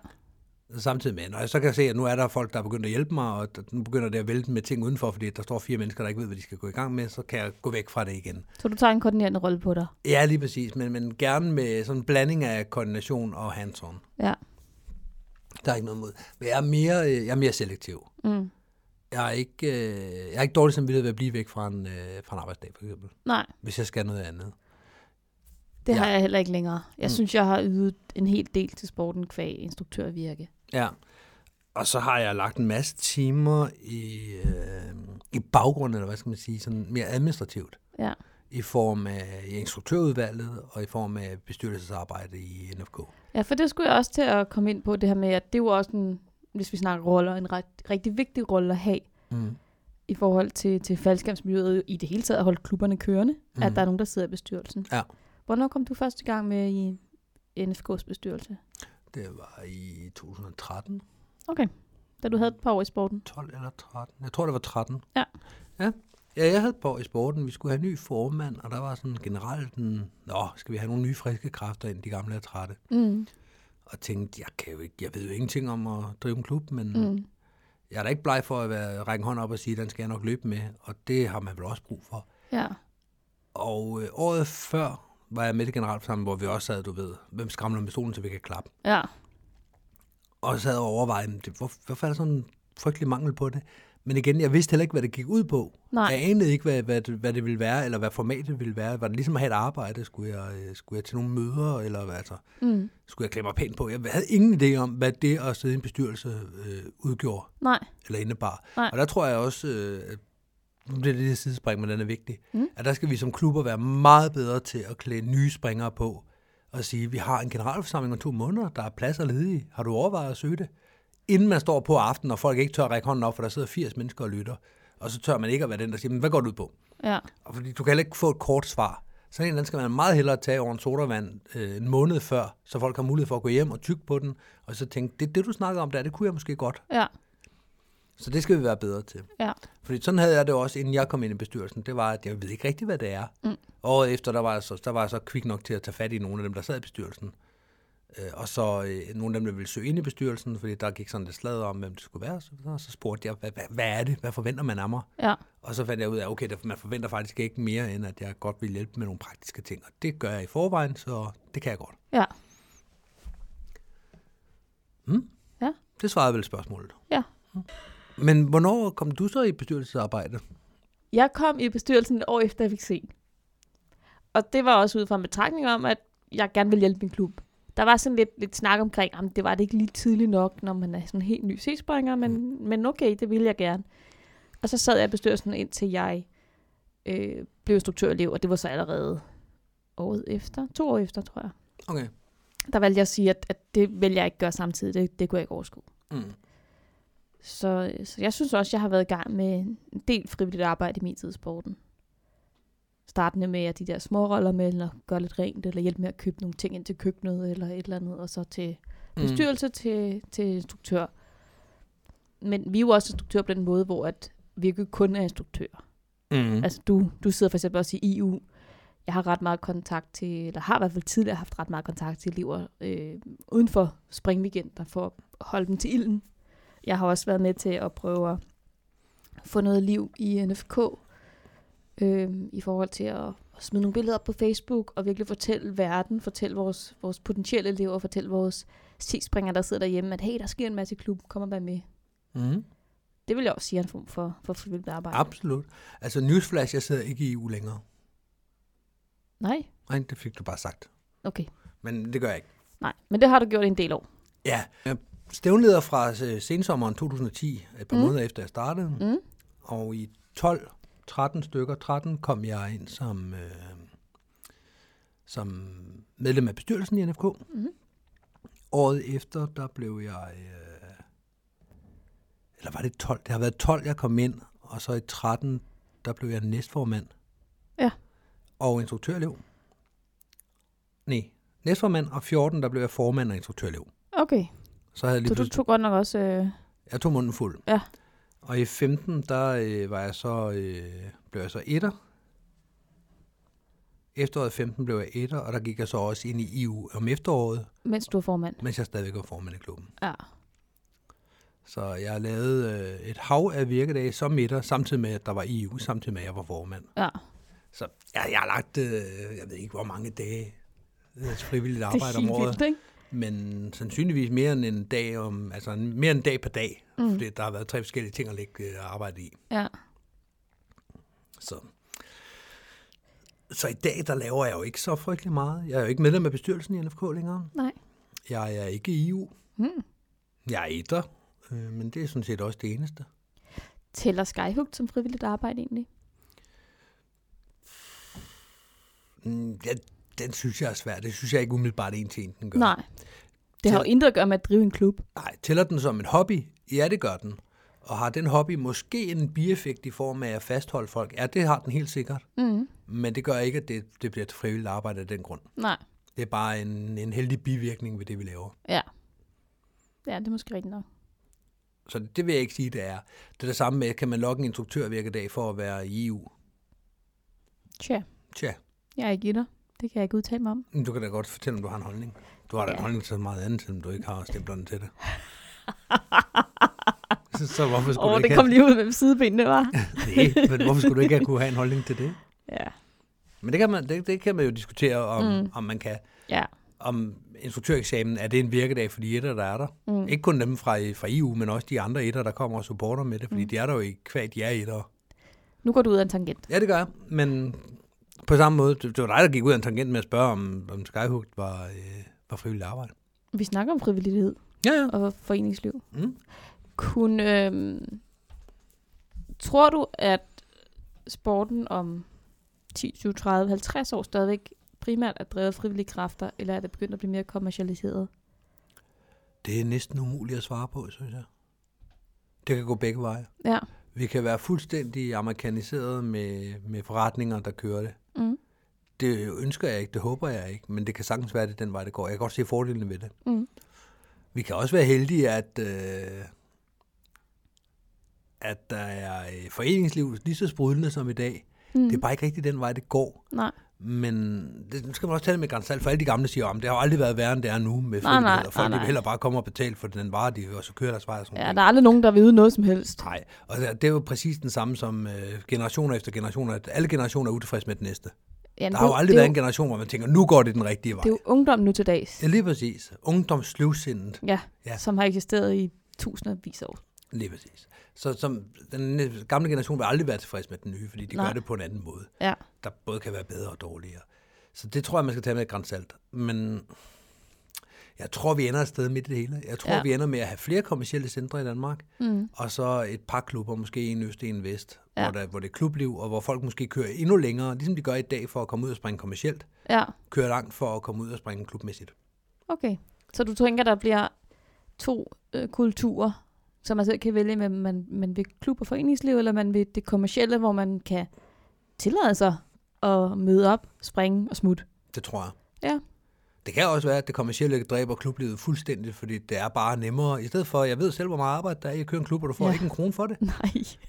Speaker 2: samtidig med. Og så kan jeg se, at nu er der folk, der er begyndt at hjælpe mig, og der- nu begynder det at vælte med ting udenfor, fordi der står fire mennesker, der ikke ved, hvad de skal gå i gang med, så kan jeg gå væk fra det igen.
Speaker 3: så du tager en koordinerende rolle på dig.
Speaker 2: Ja, lige præcis, men, men gerne med sådan en blanding af koordination og hands -on.
Speaker 3: Ja,
Speaker 2: Der er ikke noget mod. Men jeg er mere, øh, jeg er mere selektiv.
Speaker 3: mm.
Speaker 2: Jeg er ikke, øh, jeg er ikke dårlig samvittighed ved at blive væk fra en, øh, fra en arbejdsdag, for eksempel,
Speaker 3: nej,
Speaker 2: hvis jeg skal noget andet.
Speaker 3: det
Speaker 2: Ja.
Speaker 3: ja. har jeg heller ikke længere. Jeg mm. synes, jeg har ydet en hel del til sporten kvæg instruktørvirke.
Speaker 2: Ja. Og så har jeg lagt en masse timer i, øh, i baggrunden, eller hvad skal man sige, sådan mere administrativt.
Speaker 3: Ja,
Speaker 2: i form af i instruktørudvalget og i form af bestyrelsesarbejde i NFK.
Speaker 3: ja for det skulle jeg også til at komme ind på, det her med, at det er jo også en, hvis vi snakker roller, en ret, rigtig vigtig rolle at have
Speaker 2: Mm.
Speaker 3: i forhold til, til faldskærmsmiljøet i det hele taget at holde klubberne kørende, mm. at der er nogen, der sidder i bestyrelsen.
Speaker 2: Ja.
Speaker 3: Hvornår kom du første gang med i NFK's bestyrelse?
Speaker 2: Det var i 2013,
Speaker 3: Okay. Da du havde et par år i sporten?
Speaker 2: 12 eller 13. Jeg tror, det var 13.
Speaker 3: Ja.
Speaker 2: Ja, ja jeg havde på i sporten. Vi skulle have en ny formand, og der var sådan generelt en, nå, skal vi have nogle nye friske kræfter ind, de gamle er trætte.
Speaker 3: Mm.
Speaker 2: Og tænkte, jeg, kan jo ikke, jeg ved jo ingenting om at drive en klub, men mm. jeg er da ikke bleg for at være, række en hånd op og sige, den skal jeg nok løbe med, og det har man vel også brug for.
Speaker 3: Ja.
Speaker 2: Og øh, året før var jeg med til generalforsamlingen, hvor vi også sad, du ved, hvem skramler med stolen, så vi kan klappe.
Speaker 3: Ja.
Speaker 2: Og sad og overvejede, jamen, det- hvor, hvorfor er der sådan en frygtelig mangel på det? Men igen, jeg vidste heller ikke, hvad det gik ud på.
Speaker 3: Nej.
Speaker 2: Jeg anede ikke, hvad, hvad, det- hvad det ville være, eller hvad formatet ville være. Var det ligesom at have et arbejde? Skulle jeg, øh, skulle jeg til nogle møder, eller hvad altså?
Speaker 3: Mm.
Speaker 2: Skulle jeg klemme mig pænt på? Jeg havde ingen idé om, hvad det at sidde i en bestyrelse øh, udgjorde
Speaker 3: Nej.
Speaker 2: eller indebar.
Speaker 3: Nej.
Speaker 2: Og der tror jeg også, øh, at- nu bliver det lidt sidespring, men den er vigtig, mm. at der skal vi som klubber være meget bedre til at klæde nye springere på og sige, vi har en generalforsamling om to måneder, der er pladser ledige. Har du overvejet at søge det? Inden man står på aftenen, og folk ikke tør at række hånden op, for der sidder 80 mennesker og lytter, og så tør man ikke at være den, der siger, men hvad går du ud på?
Speaker 3: Ja.
Speaker 2: Og fordi du kan heller ikke få et kort svar. Sådan en den skal man meget hellere tage over en sodavand øh, en måned før, så folk har mulighed for at gå hjem og tygge på den, og så tænke, det, det du snakkede om der, det kunne jeg måske godt.
Speaker 3: Ja.
Speaker 2: Så det skal vi være bedre til.
Speaker 3: Ja.
Speaker 2: Fordi sådan havde jeg det også, inden jeg kom ind i bestyrelsen. Det var, at jeg ved ikke rigtigt, hvad det er. Mm. Året efter, der var, jeg så, der var jeg så kvik nok til at tage fat i nogle af dem, der sad i bestyrelsen. Øh, og så øh, nogle af dem, der ville søge ind i bestyrelsen, fordi der gik sådan lidt slag om, hvem det skulle være. Så, så, så spurgte jeg, hvad, hvad, hvad er det? Hvad forventer man af mig?
Speaker 3: Ja.
Speaker 2: Og så fandt jeg ud af, okay, der, man forventer faktisk ikke mere, end at jeg godt vil hjælpe med nogle praktiske ting. Og det gør jeg i forvejen, så det kan jeg godt.
Speaker 3: Ja.
Speaker 2: Hmm? Det svarede vel spørgsmålet. Hmm.
Speaker 3: Ja.
Speaker 2: Men hvornår kom du så i bestyrelsesarbejde?
Speaker 3: Jeg kom i bestyrelsen et år efter, jeg fik se. Og det var også ud fra en betragtning om, at jeg gerne ville hjælpe min klub. Der var sådan lidt, lidt snak omkring, om det var det ikke lige tidligt nok, når man er sådan helt ny C-springer, men, men okay, det ville jeg gerne. Og så sad jeg i bestyrelsen, indtil jeg øh, blev instruktørelev, og det var så allerede året efter, to år efter, tror jeg.
Speaker 2: Okay.
Speaker 3: Der valgte jeg at sige, at, at det vil jeg ikke gøre samtidig, det, det kunne jeg ikke overskue.
Speaker 2: Mm.
Speaker 3: Så, så jeg synes også, at jeg har været i gang med en del frivilligt arbejde i min tid i sporten. Startende med at de der små roller med, eller gøre lidt rent, eller hjælpe med at købe nogle ting ind til køkkenet, eller et eller andet, og så til bestyrelse mm. til, til instruktør. Men vi er jo også instruktør på den måde, hvor at vi ikke kun er instruktører.
Speaker 2: Mm.
Speaker 3: Mm. Altså du, du sidder for eksempel også i EU. Jeg har ret meget kontakt til, eller har i hvert fald tidligere haft ret meget kontakt til elever øh, uden for springweekender for at holde dem til ilden. Jeg har også været med til at prøve at få noget liv i NFK øh, i forhold til at, at smide nogle billeder op på Facebook og virkelig fortælle verden, fortælle vores, vores potentielle elever, fortælle vores C-springere, der sidder derhjemme, at hey, der sker en masse i klubben, kom og vær med.
Speaker 2: Mm.
Speaker 3: Det vil jeg også sige er en form for, for frivilligt arbejde.
Speaker 2: Absolut. Altså newsflash, jeg sidder ikke i EU længere.
Speaker 3: Nej,
Speaker 2: Nej, det fik du bare sagt.
Speaker 3: okay.
Speaker 2: Men det gør jeg ikke.
Speaker 3: Nej, men det har du gjort i en del år.
Speaker 2: Ja. Jeg er Stævnleder fra øh, sensommeren 2010, et par mm.
Speaker 3: Mm.
Speaker 2: måneder efter jeg startede.
Speaker 3: Mm.
Speaker 2: Og i 12, 13 stykker, 13 kom jeg ind som, øh, som medlem af bestyrelsen i NFK.
Speaker 3: Mhm.
Speaker 2: Året efter, der blev jeg, øh, eller var det 12? Det har været 12, jeg kom ind, og så i 13, der blev jeg næstformand.
Speaker 3: Ja.
Speaker 2: Og instruktørelev. Nej, næstformand, og 14, der blev jeg formand og instruktørelev.
Speaker 3: Okay,
Speaker 2: Så havde jeg lige
Speaker 3: så du
Speaker 2: pludselig-
Speaker 3: tog godt nok også... Øh,
Speaker 2: jeg tog munden fuld.
Speaker 3: Ja.
Speaker 2: Og i 15, der øh, var jeg så, øh, blev jeg så etter. Efteråret 15 blev jeg etter, og der gik jeg så også ind i EU om efteråret,
Speaker 3: mens du var formand.
Speaker 2: mens jeg stadigvæk var formand i klubben.
Speaker 3: Ja.
Speaker 2: Så jeg lavede øh, et hav af virkedage som etter, samtidig med, at der var EU, samtidig med, at jeg var formand.
Speaker 3: Ja,
Speaker 2: Så jeg, jeg har lagt, øh, jeg ved ikke, hvor mange dage øh, frivilligt
Speaker 3: det er
Speaker 2: arbejde om
Speaker 3: helt
Speaker 2: året.
Speaker 3: vildt, ikke?
Speaker 2: Men sandsynligvis mere end en dag om, altså en- mere end en dag per dag, mm.
Speaker 3: Mm.
Speaker 2: fordi der har været tre forskellige ting at lægge øh, arbejde i.
Speaker 3: Ja.
Speaker 2: Så. så i dag, der laver jeg jo ikke så frygtelig meget. Jeg er jo ikke medlem af bestyrelsen i NFK længere.
Speaker 3: Nej.
Speaker 2: Jeg er ikke i EU.
Speaker 3: Mm.
Speaker 2: Jeg er etter, øh, men det er sådan set også det eneste.
Speaker 3: Tæller Skyhook som frivilligt arbejde egentlig?
Speaker 2: Mm, Ja, den synes jeg er svær. Det synes jeg ikke umiddelbart en til en, den gør.
Speaker 3: Nej. Det har jo intet at gøre med at drive en klub.
Speaker 2: Nej, tæller den som en hobby? Ja, det gør den. Og har den hobby måske en bieffekt i form af at fastholde folk? Ja, det har den helt sikkert.
Speaker 3: Mm.
Speaker 2: Men det gør ikke, at det, det bliver et frivilligt arbejde af den grund.
Speaker 3: Nej.
Speaker 2: Det er bare en, en heldig bivirkning ved det, vi laver.
Speaker 3: Ja. Ja, det er måske rigtigt nok.
Speaker 2: Så det vil jeg ikke sige, det er. Det er det samme med, kan man lokke en instruktør dag for at være i EU?
Speaker 3: Tja,
Speaker 2: Tja,
Speaker 3: jeg er ikke i dig. Det kan jeg ikke udtale mig om.
Speaker 2: men du kan da godt fortælle, om du har en holdning. Du har da en
Speaker 3: Ja.
Speaker 2: holdning til så meget andet, selvom du ikke har stemplerne til det. så, så hvorfor skulle
Speaker 3: Åh,
Speaker 2: du
Speaker 3: oh, det
Speaker 2: ikke
Speaker 3: kom lige ud med sidebenene, var.
Speaker 2: have... Nej, men hvorfor skulle du ikke have kunne have en holdning til det?
Speaker 3: ja.
Speaker 2: Men det kan man, det, det kan man jo diskutere, om, mm.
Speaker 3: Mm.
Speaker 2: om man kan.
Speaker 3: Ja.
Speaker 2: Om instruktøreksamen, er det en virkedag for de etter, der er der?
Speaker 3: Mm.
Speaker 2: Ikke kun dem fra, fra EU, men også de andre etter, der kommer og supporter med det, fordi mm. de er der jo ikke kvad, de er etter.
Speaker 3: Nu går du ud af en tangent.
Speaker 2: Ja, det gør jeg, men på samme måde, det, det var dig, der gik ud af en tangent med at spørge, om, om Skyhook var, øh, var frivilligt arbejde.
Speaker 3: Vi snakker om frivillighed
Speaker 2: Ja, ja.
Speaker 3: og foreningsliv.
Speaker 2: Mm.
Speaker 3: Kunne, øh, tror du, at sporten om 10, 20, 30, 50 år stadigvæk primært er drevet af frivillige kræfter, eller er det begyndt at blive mere kommercialiseret?
Speaker 2: Det er næsten umuligt at svare på, synes jeg. Det kan gå begge veje.
Speaker 3: Ja.
Speaker 2: Vi kan være fuldstændig amerikaniseret med, med forretninger, der kører det.
Speaker 3: Mm.
Speaker 2: Det ønsker jeg ikke, det håber jeg ikke, men det kan sagtens være, at det er den vej, det går. Jeg kan godt se fordelene ved det.
Speaker 3: Mm.
Speaker 2: Vi kan også være heldige, at, øh, at der er øh, foreningsliv lige så sprudlende som i dag. Mm. Det er bare ikke rigtig den vej, det går.
Speaker 3: Nej.
Speaker 2: Men det nu skal man også tale med grænsalt, for alle de gamle siger, om det har jo aldrig været værre, end det er nu med
Speaker 3: Nej,
Speaker 2: frivillighed,
Speaker 3: nej,
Speaker 2: og folk
Speaker 3: nej,
Speaker 2: de vil
Speaker 3: nej.
Speaker 2: hellere bare komme og betale for den vare, de og så kører deres vej og sådan
Speaker 3: Ja,
Speaker 2: noget.
Speaker 3: der er aldrig nogen, der vil yde noget som helst.
Speaker 2: Nej, og det er jo præcis den samme som øh, generationer efter generationer. at Alle generationer er utilfredse med det næste.
Speaker 3: Jamen,
Speaker 2: Der har jo
Speaker 3: det-
Speaker 2: aldrig
Speaker 3: det er
Speaker 2: været en generation, hvor man tænker, nu går det den rigtige vej.
Speaker 3: Det er jo ungdom nu til dags,
Speaker 2: Ja, lige præcis. Ungdomslivsindet.
Speaker 3: ja,
Speaker 2: Ja.
Speaker 3: ja. som har eksisteret i tusindvis af år.
Speaker 2: Lige præcis. Så som den næ- gamle generation vil aldrig være tilfreds med den nye, fordi de Nej.
Speaker 3: Nej.
Speaker 2: gør det på en anden måde,
Speaker 3: Ja.
Speaker 2: der både kan være bedre og dårligere. Så det tror jeg, man skal tage med et grænsalt. Men jeg tror, vi ender et sted midt i det hele. Jeg tror, ja.
Speaker 3: Ja.
Speaker 2: vi ender med at have flere kommersielle centre i Danmark,
Speaker 3: Mm.
Speaker 2: og så et par klubber, måske en øst, en vest, ja.
Speaker 3: Ja.
Speaker 2: hvor, der, hvor det er klubliv, og hvor folk måske kører endnu længere, ligesom de gør i dag for at komme ud og springe kommercielt,
Speaker 3: Ja,
Speaker 2: kører langt for at komme ud og springe klubmæssigt.
Speaker 3: okay. Så du tænker, der bliver to øh, kulturer, som man selv kan vælge med, man, man vil klub- og foreningsliv, eller man vil det kommercielle, hvor man kan tillade sig at møde op, springe og smutte.
Speaker 2: Det tror jeg.
Speaker 3: Ja.
Speaker 2: Det kan også være, at det kommercielle dræber klublivet fuldstændigt, fordi det er bare nemmere. I stedet for, jeg ved selv, hvor meget arbejde der er i at køre en klub, og du får
Speaker 3: Ja.
Speaker 2: ja. ikke en krone for det.
Speaker 3: Nej.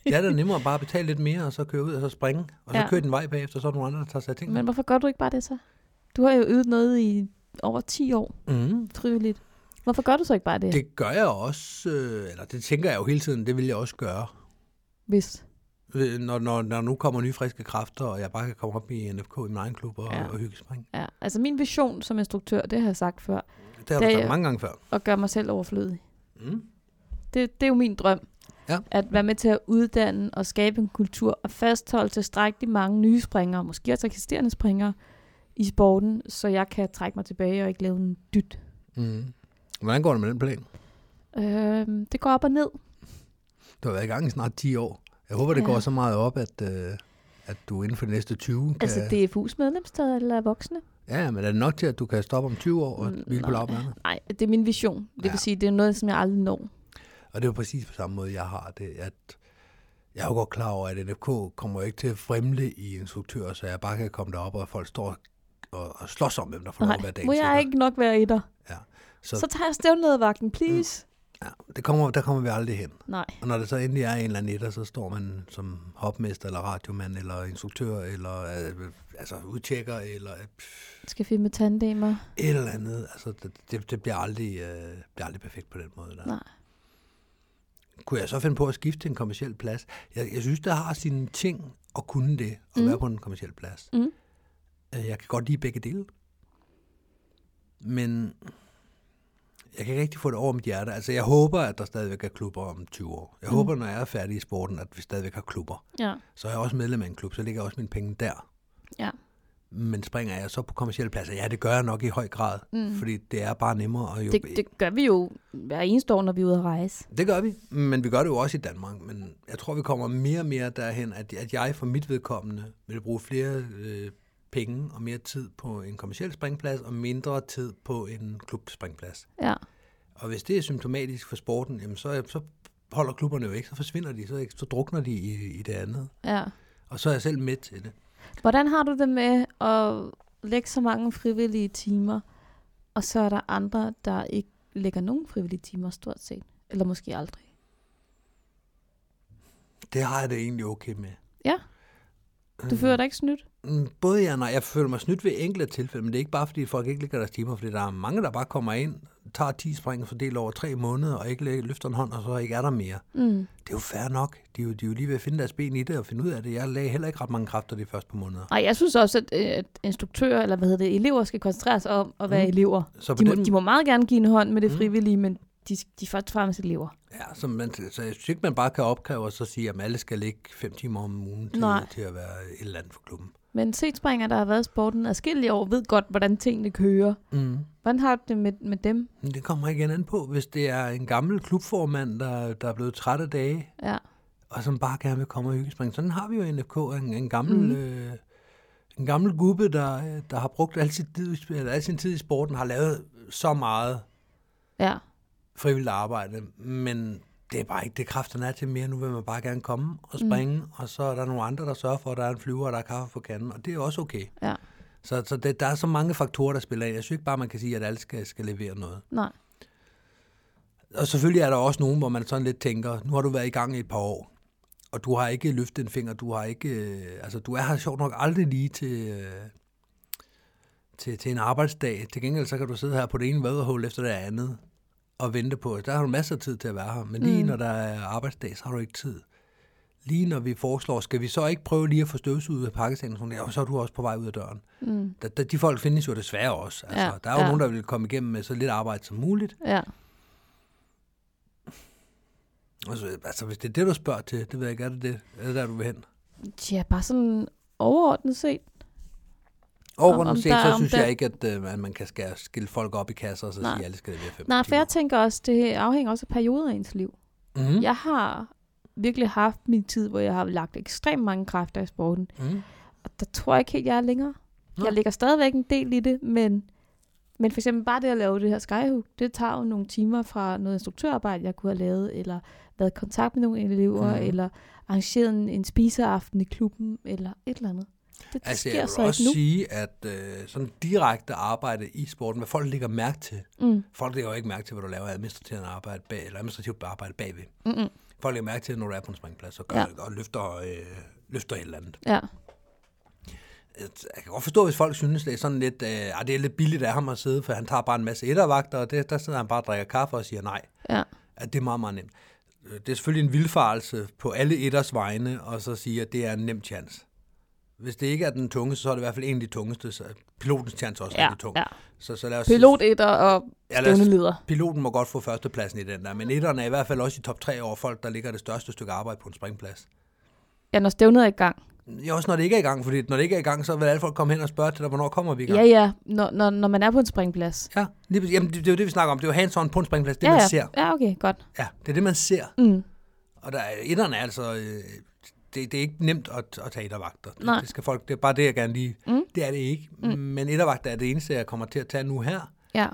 Speaker 2: Det er da nemmere at bare betale lidt mere, og så køre ud og så springe. Og så
Speaker 3: Ja.
Speaker 2: ja. køre din vej bagefter, så er der nogle andre, der tager sig af tingene.
Speaker 3: Men hvorfor gør du ikke bare det så? Du har jo ydet noget i over 10 år,
Speaker 2: Mm.
Speaker 3: frivilligt. Hvorfor gør du så ikke bare det, det...
Speaker 2: Det gør jeg også, øh, eller det tænker jeg jo hele tiden, det vil jeg også gøre.
Speaker 3: hvis
Speaker 2: Øh, Når, når, når nu kommer nye friske kræfter, og jeg bare kan komme op i NFK i min egen klub og,
Speaker 3: Ja.
Speaker 2: ja. og hygge spring.
Speaker 3: Ja, altså min vision som instruktør, det har jeg sagt før,
Speaker 2: Det har
Speaker 3: Det er
Speaker 2: du sagt
Speaker 3: jo-
Speaker 2: mange gange før.
Speaker 3: at gøre mig selv overflødig.
Speaker 2: Mm.
Speaker 3: Det, det er jo min drøm.
Speaker 2: Ja.
Speaker 3: At være med til at uddanne og skabe en kultur og fastholde tilstrækkeligt mange nye springere, måske også eksisterende springere, i sporten, så jeg kan trække mig tilbage og ikke lave en dyt.
Speaker 2: Mm. Hvordan går det med den plan?
Speaker 3: Øhm, det går op og ned.
Speaker 2: Du har været i gang i snart 10 år. Jeg håber, det
Speaker 3: Ja.
Speaker 2: ja. går så meget op, at, øh, at du inden for de næste 20 kan...
Speaker 3: Altså DFU's medlemstal eller voksne.
Speaker 2: Ja, men er det nok til, at du kan stoppe om 20 år og
Speaker 3: Mm,
Speaker 2: hvile på
Speaker 3: nej.
Speaker 2: lavbærene?
Speaker 3: Nej, det er min vision. Det ja.
Speaker 2: Ja.
Speaker 3: vil sige, det er noget, som jeg aldrig når.
Speaker 2: Og det er jo præcis på samme måde, jeg har det, at jeg er jo godt klar over, at NFK kommer jo ikke til at fremle i instruktører, så jeg bare kan komme derop, og folk står og, og slås om, hvem der får lov
Speaker 3: Nej,
Speaker 2: at være
Speaker 3: må
Speaker 2: dagens
Speaker 3: jeg
Speaker 2: vinder.
Speaker 3: ikke nok være i dig?
Speaker 2: Ja.
Speaker 3: Så,
Speaker 2: Så-
Speaker 3: så tager jeg stævnledervagten, please. Mm.
Speaker 2: Ja, det kommer, der kommer vi aldrig hen.
Speaker 3: Nej,
Speaker 2: Og når der så endelig er en eller anden etter, så står man som hopmester, eller radiomand, eller instruktør, eller øh, altså udtjekker, eller øh,
Speaker 3: skal finde med tandemer.
Speaker 2: et eller andet. Altså, det, det, det bliver, aldrig, øh, bliver aldrig perfekt på den måde. Der.
Speaker 3: Nej.
Speaker 2: Kunne jeg så finde på at skifte til en kommersiel plads? Jeg, jeg synes, det har sine ting at kunne det, at
Speaker 3: Mm.
Speaker 2: mm. være på en kommersiel plads.
Speaker 3: Mm.
Speaker 2: Øh, Jeg kan godt lide begge dele. Men jeg kan ikke rigtig få det over mit hjerte. Altså, jeg håber, at der stadigvæk er klubber om 20 år. Jeg
Speaker 3: Mm.
Speaker 2: mm. håber, når jeg er færdig i sporten, at vi stadigvæk har klubber.
Speaker 3: Ja.
Speaker 2: Så er jeg også medlem af en klub, så ligger også mine penge der.
Speaker 3: Ja.
Speaker 2: Men springer jeg så på kommersielle pladser? Ja, det gør jeg nok i høj grad,
Speaker 3: Mm.
Speaker 2: mm. fordi det er bare nemmere. Og jo,
Speaker 3: Det, det gør vi jo hver eneste år, når vi er ude at rejse.
Speaker 2: det gør vi, men vi gør det jo også i Danmark. Men jeg tror, vi kommer mere og mere derhen, at, at jeg for mit vedkommende vil bruge flere øh, penge og mere tid på en kommersiel springplads og mindre tid på en klubspringplads.
Speaker 3: Ja.
Speaker 2: Og hvis det er symptomatisk for sporten, jamen så, så holder klubberne jo ikke, så forsvinder de, så, så drukner de i, i det andet.
Speaker 3: ja.
Speaker 2: Og så er jeg selv med til det.
Speaker 3: Hvordan har du det med at lægge så mange frivillige timer, og så er der andre, der ikke lægger nogen frivillige timer stort set? Eller måske aldrig?
Speaker 2: Det har jeg det egentlig okay med. Øh,
Speaker 3: Ja. Du føler dig ikke snydt?
Speaker 2: Mm, Både ja og nej. Jeg føler mig snydt ved enkelte tilfælde, men det er ikke bare, fordi folk ikke lægger deres timer, fordi der er mange, der bare kommer ind, tager 10 spring fordelt over tre måneder, og ikke læ- løfter en hånd, og så ikke er der mere.
Speaker 3: Mm.
Speaker 2: Det er jo fair nok. De er jo, de er jo lige ved at finde deres ben i det og finde ud af det. Jeg lagde heller ikke ret mange kræfter de første par måneder.
Speaker 3: Ej, jeg synes også, at, øh, at instruktører, eller hvad hedder det, elever skal koncentrere sig om at være mm.
Speaker 2: Mm.
Speaker 3: elever.
Speaker 2: Så, på
Speaker 3: De må,
Speaker 2: den,
Speaker 3: de må meget gerne give en hånd med det
Speaker 2: Mm.
Speaker 3: frivillige, men de, de er først og fremmest elever.
Speaker 2: ja, så, man, så jeg synes ikke, man bare kan opkræve og så sige, at alle skal ligge 5 timer om ugen til,
Speaker 3: Nej.
Speaker 2: til at være et eller andet for klubben.
Speaker 3: Men setspringer, der har været i sporten adskillige år, ved godt, hvordan tingene kører.
Speaker 2: Mm.
Speaker 3: Hvordan har du det med, med dem?
Speaker 2: Men det kommer igen an på, hvis det er en gammel klubformand, der, der er blevet træt af dage,
Speaker 3: Ja.
Speaker 2: og som bare gerne vil komme og hyggespringe. Sådan har vi jo i NFK, en, en gammel...
Speaker 3: Mhm.
Speaker 2: Mm. Øh, en gammel gubbe, der, øh, der har brugt al sin, tid, i sp- eller al sin tid i sporten, har lavet så meget
Speaker 3: Ja.
Speaker 2: frivilligt arbejde, men det er bare ikke det kraft, han er til mere. Nu vil man bare gerne komme og springe, mm. og så er der nogle andre, der sørger for, at der er en flyver, og der er kaffe på kanden, og det er også okay.
Speaker 3: Ja.
Speaker 2: Så, så det, der er så mange faktorer, der spiller ind. Jeg synes ikke bare, man kan sige, at alle skal, skal levere noget.
Speaker 3: Nej.
Speaker 2: Og selvfølgelig er der også nogen, hvor man sådan lidt tænker, nu har du været i gang i et par år, og du har ikke løftet en finger, du har ikke, øh, altså du er her sjovt nok aldrig lige til, øh, til, til en arbejdsdag. Til gengæld så kan du sidde her på det ene vaderhul efter det andet og vente på, der har du masser af tid til at være her, men lige
Speaker 3: Mm.
Speaker 2: mm. når der er arbejdsdag, så har du ikke tid. Lige når vi foreslår, skal vi så ikke prøve lige at få støvsuget af pakkesengen, sådan, ja, så er du også på vej ud af døren.
Speaker 3: Mm.
Speaker 2: Da, da, de folk findes jo desværre også. Altså,
Speaker 3: Ja,
Speaker 2: der er jo
Speaker 3: ja.
Speaker 2: nogen, der vil komme igennem med så lidt arbejde som muligt,
Speaker 3: Ja.
Speaker 2: Altså, altså, hvis det er det, du spørger til, det ved jeg ikke, er det det? Er det der, du vil hen?
Speaker 3: Ja, bare sådan overordnet set. Om- om
Speaker 2: Overordnet set,
Speaker 3: der-
Speaker 2: så
Speaker 3: om
Speaker 2: synes
Speaker 3: der-
Speaker 2: jeg ikke, at, øh, at man kan skære, skille folk op i kasser og så
Speaker 3: Nej.
Speaker 2: sige, at alle skal levere fem
Speaker 3: Nej, for
Speaker 2: timer.
Speaker 3: jeg tænker også, det afhænger også af perioder af ens liv.
Speaker 2: Mm-hmm.
Speaker 3: Jeg har virkelig haft min tid, hvor jeg har lagt ekstremt mange kræfter i sporten.
Speaker 2: Mm-hmm.
Speaker 3: Og der tror jeg ikke helt, jeg er længere.
Speaker 2: Nå.
Speaker 3: Jeg ligger stadigvæk en del i det, men, men for eksempel bare det at lave det her skyhook, det tager jo nogle timer fra noget instruktørarbejde, jeg kunne have lavet, eller været i kontakt med nogle elever, mm.
Speaker 2: Mhm.
Speaker 3: eller arrangeret en, en spiseaften i klubben, eller et eller andet. Det, det
Speaker 2: Altså,
Speaker 3: altså,
Speaker 2: jeg
Speaker 3: sker
Speaker 2: vil
Speaker 3: så ikke
Speaker 2: også
Speaker 3: nu.
Speaker 2: sige, at øh, sådan direkte arbejde i sporten, hvad folk lægger mærke til.
Speaker 3: Mm.
Speaker 2: Folk lægger jo ikke mærke til, hvad du laver af administrativt arbejde, bag, eller administrativt arbejde bagved.
Speaker 3: Mm-mm.
Speaker 2: Folk lægger mærke til, når du er på en springplads og, gør,
Speaker 3: Ja.
Speaker 2: ja. og løfter, øh, løfter et eller andet.
Speaker 3: Ja.
Speaker 2: Jeg kan godt forstå, hvis folk synes, det er sådan lidt, øh, "Ej, det er lidt billigt af ham at sidde, for han tager bare en masse ettervagter, og det, der sidder han bare og drikker kaffe og siger nej.
Speaker 3: Ja.
Speaker 2: At det er meget, meget nemt. Øh, Det er selvfølgelig en vildfarelse på alle etters vegne, og så sige, at det er en nem chance. Hvis det ikke er den tungeste, så er det i hvert fald en af de tungeste. Så pilotens chance også ja,
Speaker 3: Ja.
Speaker 2: er den tung.
Speaker 3: ja.
Speaker 2: Så, så lad os,
Speaker 3: Pilot etter og
Speaker 2: Ja, lad os-
Speaker 3: stævneleder.
Speaker 2: Piloten må godt få førstepladsen i den der, men etteren er i hvert fald også i top 3 over folk, der ligger det største stykke arbejde på en springplads.
Speaker 3: Ja, når stævnet er i gang.
Speaker 2: Ja, også når det ikke er i gang, fordi når det ikke er i gang, så vil alle folk komme hen og spørge til dig, hvornår kommer vi i gang?
Speaker 3: Ja, ja. Når, når, når man er på en springplads.
Speaker 2: Ja, lige, præcis. jamen, det, det er jo det, vi snakker om. Det er jo hands-on på en springplads. Det,
Speaker 3: ja,
Speaker 2: man
Speaker 3: ja.
Speaker 2: ser.
Speaker 3: Ja, okay, godt.
Speaker 2: Ja, det er det, man ser.
Speaker 3: Mm.
Speaker 2: Og der, er- etteren er altså... øh, Det, det er ikke nemt at, at tage ettervagter. Det-
Speaker 3: Nej.
Speaker 2: Det, skal folk, det er bare det, jeg gerne lige...
Speaker 3: Mm.
Speaker 2: Det er det ikke. Mm. Men ettervagter er det eneste, jeg kommer til at tage nu her.
Speaker 3: Ja.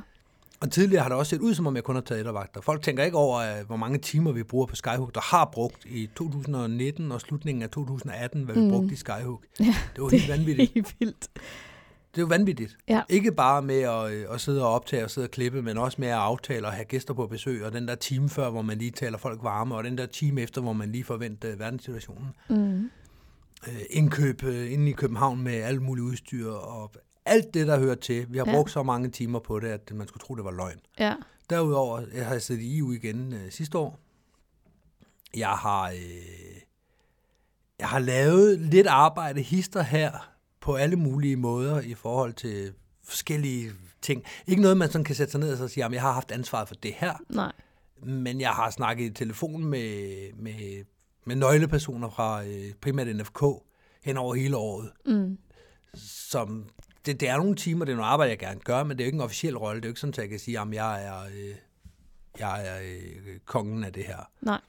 Speaker 2: Og tidligere har det også set ud, som om jeg kun har taget ettervagter. Folk tænker ikke over, øh, hvor mange timer vi bruger på Skyhook, der har brugt i 2019 og slutningen af 2018, hvad vi
Speaker 3: Mm.
Speaker 2: brugte i Skyhook.
Speaker 3: Ja,
Speaker 2: det var helt vanvittigt.
Speaker 3: Helt vildt.
Speaker 2: Det er jo vanvittigt.
Speaker 3: Ja.
Speaker 2: Ikke bare med at, øh, at sidde og optage og sidde og klippe, men også med at aftale og have gæster på besøg, og den der time før, hvor man lige taler folk varme, og den der time efter, hvor man lige forventer øh, verdenssituationen.
Speaker 3: Mm.
Speaker 2: Øh, indkøb øh, inde i København med alt muligt udstyr og alt det, der hører til. Vi har
Speaker 3: Ja.
Speaker 2: brugt så mange timer på det, at man skulle tro, det var løgn.
Speaker 3: Ja.
Speaker 2: Derudover jeg har jeg siddet i EU igen øh, sidste år. Jeg har, øh, jeg har lavet lidt arbejde hister her på alle mulige måder i forhold til forskellige ting. Ikke noget, man sådan kan sætte sig ned og så sige, at jeg har haft ansvaret for det her,
Speaker 3: Nej.
Speaker 2: men jeg har snakket i telefon med, med, med nøglepersoner fra øh, primært NFK hen over hele året
Speaker 3: Mm.
Speaker 2: som, det, det er nogle timer, det er noget arbejde, jeg gerne gør, men det er jo ikke en officiel rolle. Det er jo ikke sådan, at jeg kan sige, at jeg er, øh, jeg er øh, kongen af det her.
Speaker 3: Nej.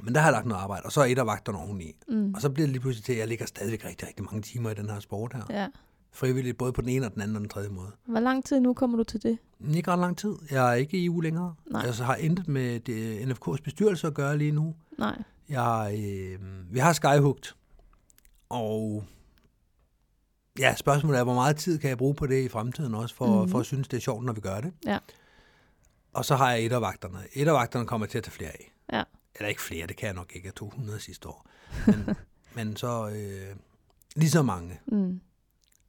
Speaker 2: Men der har jeg lagt noget arbejde, og så er et af vagterne oveni.
Speaker 3: Mm.
Speaker 2: Og så bliver det lige pludselig til, at jeg ligger stadigvæk rigtig, rigtig mange timer i den her sport her.
Speaker 3: Ja.
Speaker 2: Frivilligt, både på den ene og den anden og den tredje måde.
Speaker 3: Hvor lang tid nu kommer du til det?
Speaker 2: Men Ikke ret lang tid. Jeg er ikke i EU længere.
Speaker 3: Nej.
Speaker 2: Jeg så har intet med øh, det, NFK's bestyrelse at gøre lige nu.
Speaker 3: Nej.
Speaker 2: Jeg, øh, vi har Skyhugt, og ja, spørgsmålet er, hvor meget tid kan jeg bruge på det i fremtiden også, for,
Speaker 3: Mhm.
Speaker 2: mm. for at synes, det er sjovt, når vi gør det.
Speaker 3: Ja.
Speaker 2: Og så har jeg ettervagterne. Ettervagterne kommer jeg til at tage flere af.
Speaker 3: Ja.
Speaker 2: Eller ikke flere, det kan jeg nok ikke. Jeg tog 100 sidste år. Men, men så øh, lige så mange.
Speaker 3: Mm.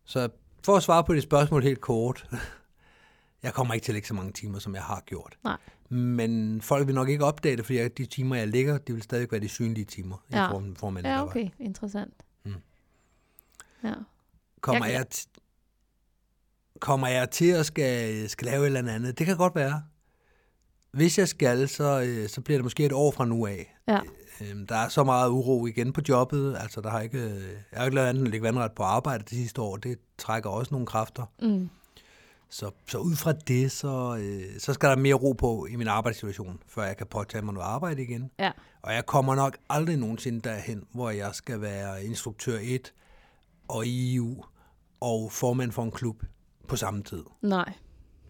Speaker 2: Så for at svare på dit spørgsmål helt kort, jeg kommer ikke til at lægge så mange timer, som jeg har gjort.
Speaker 3: Nej.
Speaker 2: Men folk vil nok ikke opdage det, fordi jeg- de timer, jeg lægger, det vil stadig være de synlige timer. i
Speaker 3: Ja.
Speaker 2: form- form af
Speaker 3: Ja,
Speaker 2: netarbejde.
Speaker 3: okay. Interessant.
Speaker 2: Mm.
Speaker 3: Ja.
Speaker 2: Kommer
Speaker 3: Jeg-
Speaker 2: jeg, t- kommer jeg til at skal, skal lave et eller andet? Det kan godt være. Hvis jeg skal, så, øh, så bliver det måske et år fra nu af.
Speaker 3: Ja.
Speaker 2: Øhm, Der er så meget uro igen på jobbet. Altså, der har ikke, øh, jeg har ikke lavet andet end at lægge vandret på arbejde det sidste år. Det trækker også nogle kræfter.
Speaker 3: Mm.
Speaker 2: Så, så ud fra det, så, øh, så skal der mere ro på i min arbejdssituation, før jeg kan påtage mig noget arbejde igen.
Speaker 3: Ja.
Speaker 2: Og jeg kommer nok aldrig nogensinde derhen, hvor jeg skal være instruktør 1 og i EU og formand for en klub på samme tid.
Speaker 3: Nej.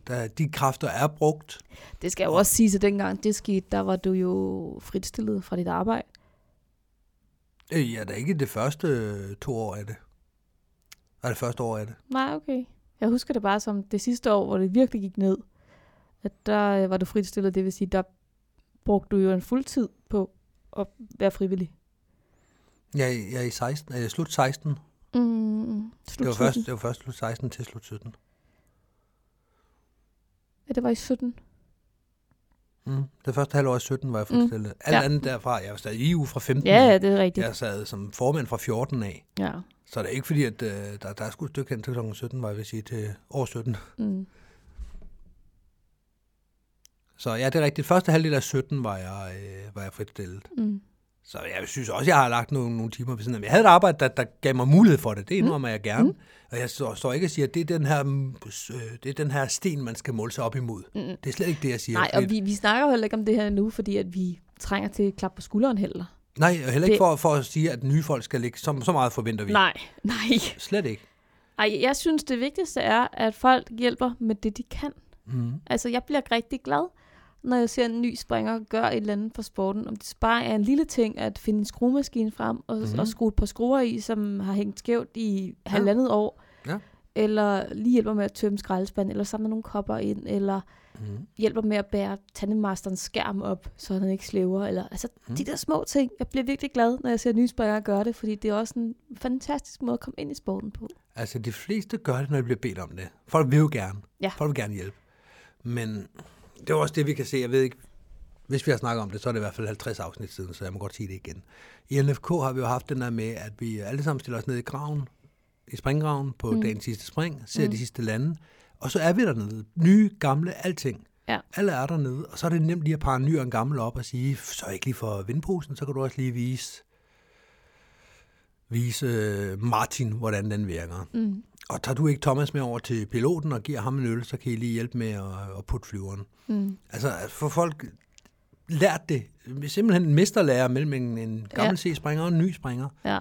Speaker 2: Da de kræfter er brugt,
Speaker 3: Det skal jo også siges, at dengang det skete, der var du jo fritstillet fra dit arbejde.
Speaker 2: øh, jeg er da ikke det første øh, to år af det. Og det første år af det.
Speaker 3: Nej, okay. Jeg husker det bare som det sidste år, hvor det virkelig gik ned. At der øh, var du fritstillet, det vil sige, der brugte du jo en fuldtid på at være frivillig.
Speaker 2: Jeg, jeg er i 16, øh, slut 16. Det
Speaker 3: Mm. Slut
Speaker 2: var,
Speaker 3: 17.
Speaker 2: først, det var først slut 16 til slut 17.
Speaker 3: Ja, det var i 17.
Speaker 2: Mm. Det første halvår i 17 var jeg
Speaker 3: Mm.
Speaker 2: fritstillet. Alt
Speaker 3: Ja.
Speaker 2: andet derfra, jeg var stadig i EU fra 15.
Speaker 3: Ja, ja, det er rigtigt.
Speaker 2: Jeg sad som formand fra 14 af.
Speaker 3: Ja.
Speaker 2: Så det er ikke fordi, at øh, der, der er skudt et stykke hen til kl. 17, var jeg vil sige, til år 17.
Speaker 3: Mm.
Speaker 2: Så ja, det er rigtigt. Første halvdel af 17 var jeg, øh, var jeg fritstillet.
Speaker 3: Mm.
Speaker 2: Så jeg synes også, jeg har lagt nogle, nogle timer ved siden af. Jeg havde et arbejde, der, der gav mig mulighed for
Speaker 3: Mm.
Speaker 2: det. Det indrømmer jeg gerne. Og jeg står, står ikke og siger, at det er, den her, mm, øh, det er den her sten, man skal måle sig op imod.
Speaker 3: Mm.
Speaker 2: Det er slet ikke det, jeg siger.
Speaker 3: Nej, og
Speaker 2: Fordi-
Speaker 3: vi, vi snakker jo heller ikke om det her nu, fordi at vi trænger til et klap på skulderen heller.
Speaker 2: nej og heller ikke
Speaker 3: det-
Speaker 2: for, for at sige, at nye folk skal ligge. Så, så meget forventer vi.
Speaker 3: Nej, nej.
Speaker 2: Slet ikke.
Speaker 3: Ej, jeg synes, det vigtigste er, at folk hjælper med det, de kan.
Speaker 2: Mm.
Speaker 3: Altså, jeg bliver rigtig glad, når jeg ser en ny springer gøre et eller andet for sporten, om det bare er en lille ting at finde en skruemaskine frem og,
Speaker 2: Mhm.
Speaker 3: mm-hmm. og skrue et par skruer i, som har hængt skævt i halvandet år,
Speaker 2: Ja.
Speaker 3: eller lige hjælper med at tømme skraldespanden, eller samler nogle kopper ind, eller
Speaker 2: Mm.
Speaker 3: hjælper med at bære tandemasterens skærm op, så han ikke slæver. Eller, altså,
Speaker 2: Mm.
Speaker 3: mm. de der små ting. Jeg bliver virkelig glad, når jeg ser nye springere gøre det, fordi det er også en fantastisk måde at komme ind i sporten på.
Speaker 2: Altså, de fleste gør det, når de bliver bedt om det. Folk vil jo gerne.
Speaker 3: Ja.
Speaker 2: Folk vil gerne hjælpe. Men det er jo også det, vi kan se. Jeg ved ikke, hvis vi har snakket om det, så er det i hvert fald 50 afsnit siden, så jeg må godt sige det igen. I NFK har vi jo haft den der med, at vi alle sammen stiller os ned i graven, i springgraven på mm. dagens sidste spring, ser mm. de sidste lande, og så er vi dernede. Nye, gamle, alting.
Speaker 3: Ja.
Speaker 2: Alle er dernede, og så er det nemt lige at parre en ny og en gammel op og sige, så ikke lige for vindposen, så kan du også lige vise, vise øh, Martin, hvordan den virker.
Speaker 3: Mm.
Speaker 2: Og tager du ikke Thomas med over til piloten og giver ham en øl, så kan I lige hjælpe med at, at putte flyveren.
Speaker 3: Mm.
Speaker 2: Altså, at få folk lært det. Simpelthen en mesterlærer mellem en, en gammel C-springer og en ny springer.
Speaker 3: Ja.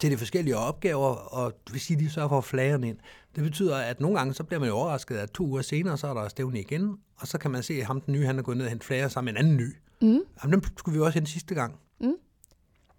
Speaker 2: Til de forskellige opgaver, og det vil sige, de sørger for at flage den ind. Det betyder, at nogle gange, så bliver man jo overrasket, at to uger senere, så er der stævne igen, og så kan man se, at ham den nye, han er gået ned og hentet flager sammen med en anden ny.
Speaker 3: Mm.
Speaker 2: Jamen, dem skulle vi jo også hente sidste gang.
Speaker 3: Mm.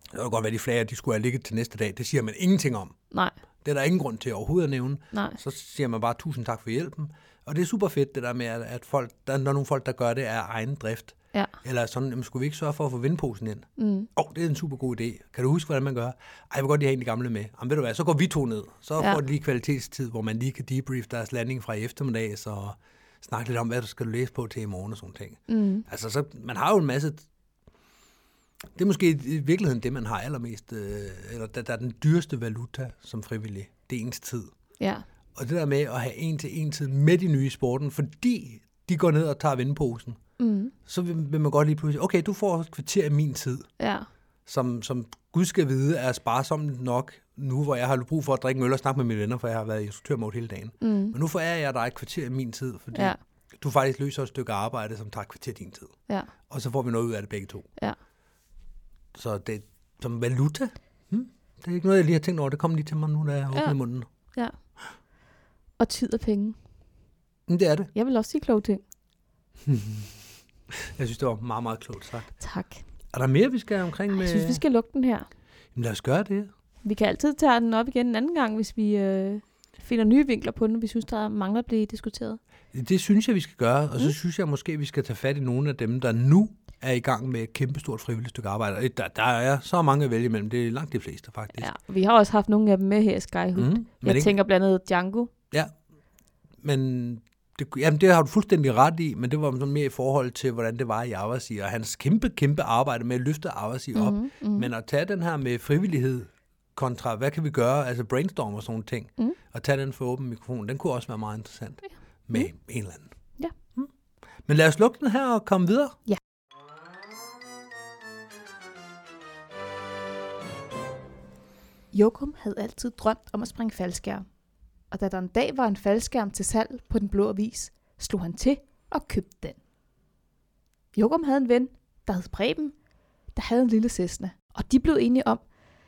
Speaker 2: Det kan godt være, de flager, de skulle have ligget til næste dag. Det siger man ingenting om.
Speaker 3: Nej,
Speaker 2: Det er der ingen grund til overhovedet at nævne.
Speaker 3: nej.
Speaker 2: Så siger man bare tusind tak for hjælpen. Og det er super fedt, det der med, at- at folk, der, der er nogle folk, der gør det af egen drift.
Speaker 3: Ja.
Speaker 2: Eller sådan, jamen, skulle vi ikke sørge for at få vindposen ind?
Speaker 3: Mm.
Speaker 2: Åh, oh, det er en super god idé. Kan du huske, hvordan man gør? Ej, jeg vil godt lige have en af de gamle med. Jamen, ved du hvad, så går vi to ned. Så
Speaker 3: Ja.
Speaker 2: får de lige kvalitetstid, hvor man lige kan debrief deres landing fra i eftermiddag, så snakke lidt om, hvad du skal læse på til i morgen og sådan ting.
Speaker 3: Mm.
Speaker 2: Altså, så, man har jo en masse... Det er måske i virkeligheden det, man har allermest, øh, eller der, der er den dyreste valuta som frivillig. Det er ens tid.
Speaker 3: Ja.
Speaker 2: Og det der med at have en til en tid med de nye i sporten, fordi de går ned og tager vindposen,
Speaker 3: Mm.
Speaker 2: så vil, vil man godt lige pludselig, okay, du får et kvarter af min tid,
Speaker 3: Ja. som
Speaker 2: som, som Gud skal vide er sparsomt nok, nu hvor jeg har brug for at drikke en øl og snakke med mine venner, for jeg har været i instruktørmode hele dagen.
Speaker 3: Mm.
Speaker 2: Men nu forærer jeg dig et kvarter af min tid, fordi
Speaker 3: Ja.
Speaker 2: ja. du faktisk løser et stykke arbejde, som tager et kvarter af din tid.
Speaker 3: Ja.
Speaker 2: Og så får vi noget ud af det begge to.
Speaker 3: Ja.
Speaker 2: Så det som valuta, hmm, det er ikke noget, jeg lige har tænkt over. Det kom lige til mig nu, da jeg åbnede
Speaker 3: Ja.
Speaker 2: munden.
Speaker 3: Ja. Og tid og penge.
Speaker 2: Men det er det.
Speaker 3: Jeg vil også sige kloge ting.
Speaker 2: Jeg synes, det var meget, meget klogt sagt.
Speaker 3: Tak.
Speaker 2: Er der mere, vi skal omkring med?
Speaker 3: Jeg synes, vi skal lukke den her.
Speaker 2: Jamen, lad os gøre det.
Speaker 3: Vi kan altid tage den op igen en anden gang, hvis vi øh, finder nye vinkler på den, vi synes, der mangler at blive diskuteret.
Speaker 2: Det synes jeg, vi skal gøre. Og så
Speaker 3: Mm.
Speaker 2: synes jeg måske, vi skal tage fat i nogle af dem, der nu er i gang med et kæmpestort frivilligt stykke arbejde. Og Der, der er så mange at vælge imellem. Det er langt de fleste, faktisk.
Speaker 3: Ja, vi har også haft nogle af dem med her i Skyhook. Mm,
Speaker 2: Mm,
Speaker 3: jeg
Speaker 2: men, ikke,
Speaker 3: tænker blandt andet Django.
Speaker 2: men det, jamen, det har du fuldstændig ret i, men det var sådan mere i forhold til, hvordan det var i Avasi, og hans kæmpe, kæmpe arbejde med at løfte Avasi op.
Speaker 3: Mhm, mhm.
Speaker 2: Men at tage den her med frivillighed kontra, hvad kan vi gøre, altså brainstorm og sådan nogle ting,
Speaker 3: Mm.
Speaker 2: og tage den for åben mikrofon, den kunne også være meget interessant med en eller anden.
Speaker 3: Ja.
Speaker 2: Mm. Men lad os lukke den her og komme videre.
Speaker 3: Ja. Jokum havde altid drømt om at springe faldskærm. Og da der en dag var en faldskærm til salg på den blå avis, slog han til og købte den. Jokum havde en ven, der hed Preben, der havde en lille Cessna. Og de blev enige om,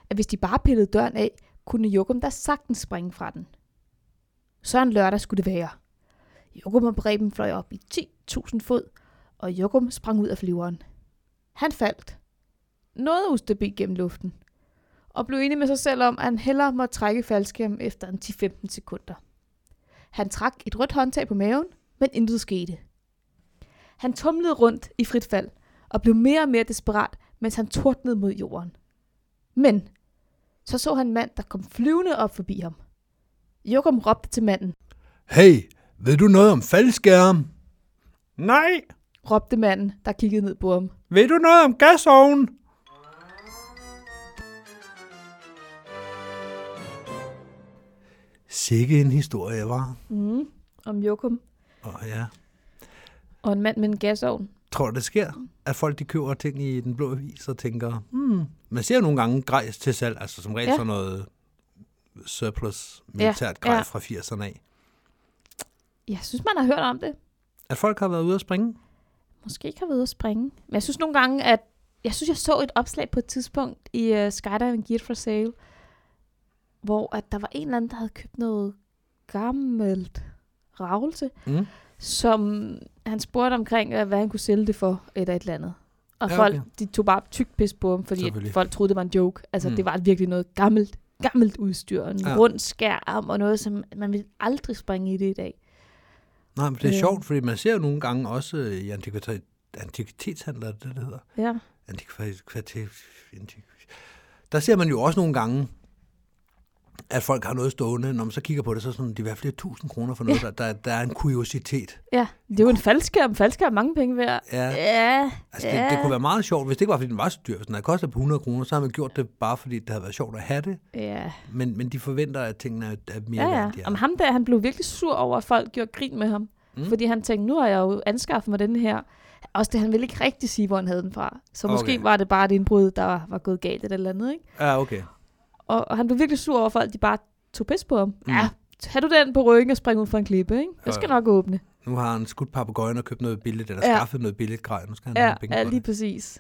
Speaker 3: at hvis de bare pillede døren af, kunne Jokum da sagtens springe fra den. Så en lørdag skulle det være. Jokum og Preben fløj op i 10.000 fod, og Jokum sprang ud af flyveren. Han faldt. Noget ustabilt gennem luften og blev enig med sig selv om, at han hellere måtte trække faldskærmen efter en 10-15 sekunder. Han trak et rødt håndtag på maven, men intet skete. Han tumlede rundt i frit fald og blev mere og mere desperat, mens han tordnede mod jorden. Men så så han en mand, der kom flyvende op forbi ham. Jokum råbte til manden,
Speaker 2: Hey, ved du noget om faldskærm? Nej,
Speaker 3: råbte manden, der kiggede ned på ham.
Speaker 2: ved du noget om gasovn? Sikke en historie, var.
Speaker 3: Mm, om Jokum
Speaker 2: Og ja,
Speaker 3: og en mand med en gasovn.
Speaker 2: Tror du, det sker, at folk de køber ting i den blå avis og tænker, hmm, man ser jo nogle gange grejs til salg, altså som regel
Speaker 3: Ja.
Speaker 2: ja. sådan noget surplus militært
Speaker 3: Ja,
Speaker 2: grej
Speaker 3: ja.
Speaker 2: fra 80'erne af.
Speaker 3: Jeg synes, man har hørt om det.
Speaker 2: At folk har været ude at springe?
Speaker 3: måske ikke har været ude at springe. Men jeg synes nogle gange, at jeg synes, jeg så et opslag på et tidspunkt i uh, Skydiving Gear for Sale, hvor at der var en eller anden, der havde købt noget gammelt ravelse,
Speaker 2: Mm.
Speaker 3: som han spurgte omkring, øh, hvad han kunne sælge det for, eller et eller andet. Og
Speaker 2: Ja,
Speaker 3: ja, folk,
Speaker 2: okay.
Speaker 3: de tog bare tyk pis på ham, fordi
Speaker 2: Selvfølgelig.
Speaker 3: at folk troede, det var en joke. Altså,
Speaker 2: Mm.
Speaker 3: mm. det var virkelig noget gammelt, gammelt udstyr, en
Speaker 2: Ja.
Speaker 3: ja. rund skærm og noget, som man vil aldrig springe i det i dag.
Speaker 2: Nej, men det er
Speaker 3: Øh.
Speaker 2: sjovt, fordi man ser jo nogle gange også øh, i antikvita- antikvitetshandler, er det det, det hedder.
Speaker 3: Ja,
Speaker 2: Antikvitets... antik- Der ser man jo også nogle gange, at folk har noget stående, når man så kigger på det, så er sådan, de vil have flere tusind kroner for noget, ja. der, der, der er en kuriositet.
Speaker 3: ja. det er jo en faldskærm. Faldskærm er mange penge værd.
Speaker 2: Ja,
Speaker 3: Ja,
Speaker 2: altså det, det kunne være meget sjovt, hvis det ikke var, fordi den var så dyr. Hvis den havde kostet på 100 kroner, så har man gjort det bare, fordi det havde været sjovt at have det.
Speaker 3: ja.
Speaker 2: Men, men de forventer, at tingene er, er mere
Speaker 3: Ja,
Speaker 2: værd,
Speaker 3: ja.
Speaker 2: end de er.
Speaker 3: Om ham der, han blev virkelig sur over, at folk gjorde grin med ham.
Speaker 2: Mm.
Speaker 3: Mm. Fordi han tænkte, nu har jeg jo anskaffet mig den her. Også det, han ville ikke rigtig sige, hvor han havde den fra. Så måske
Speaker 2: Okay.
Speaker 3: var det bare et indbrud, der var, var gået galt eller et eller andet, ikke?
Speaker 2: Ja, okay.
Speaker 3: Og, og han blev virkelig sur over, at folk de bare tog pis på ham.
Speaker 2: Mm.
Speaker 3: Mm. Ja, tag du den på ryggen og spring ud fra en klippe, ikke? Jeg skal
Speaker 2: Ja, ja.
Speaker 3: nok åbne.
Speaker 2: Nu har han skudt papegøjen og købt noget billigt, eller ja.
Speaker 3: Ja.
Speaker 2: skaffet noget billigt grej. Nu skal han ja,
Speaker 3: Ja,
Speaker 2: have penge
Speaker 3: ja
Speaker 2: på
Speaker 3: lige
Speaker 2: det.
Speaker 3: præcis.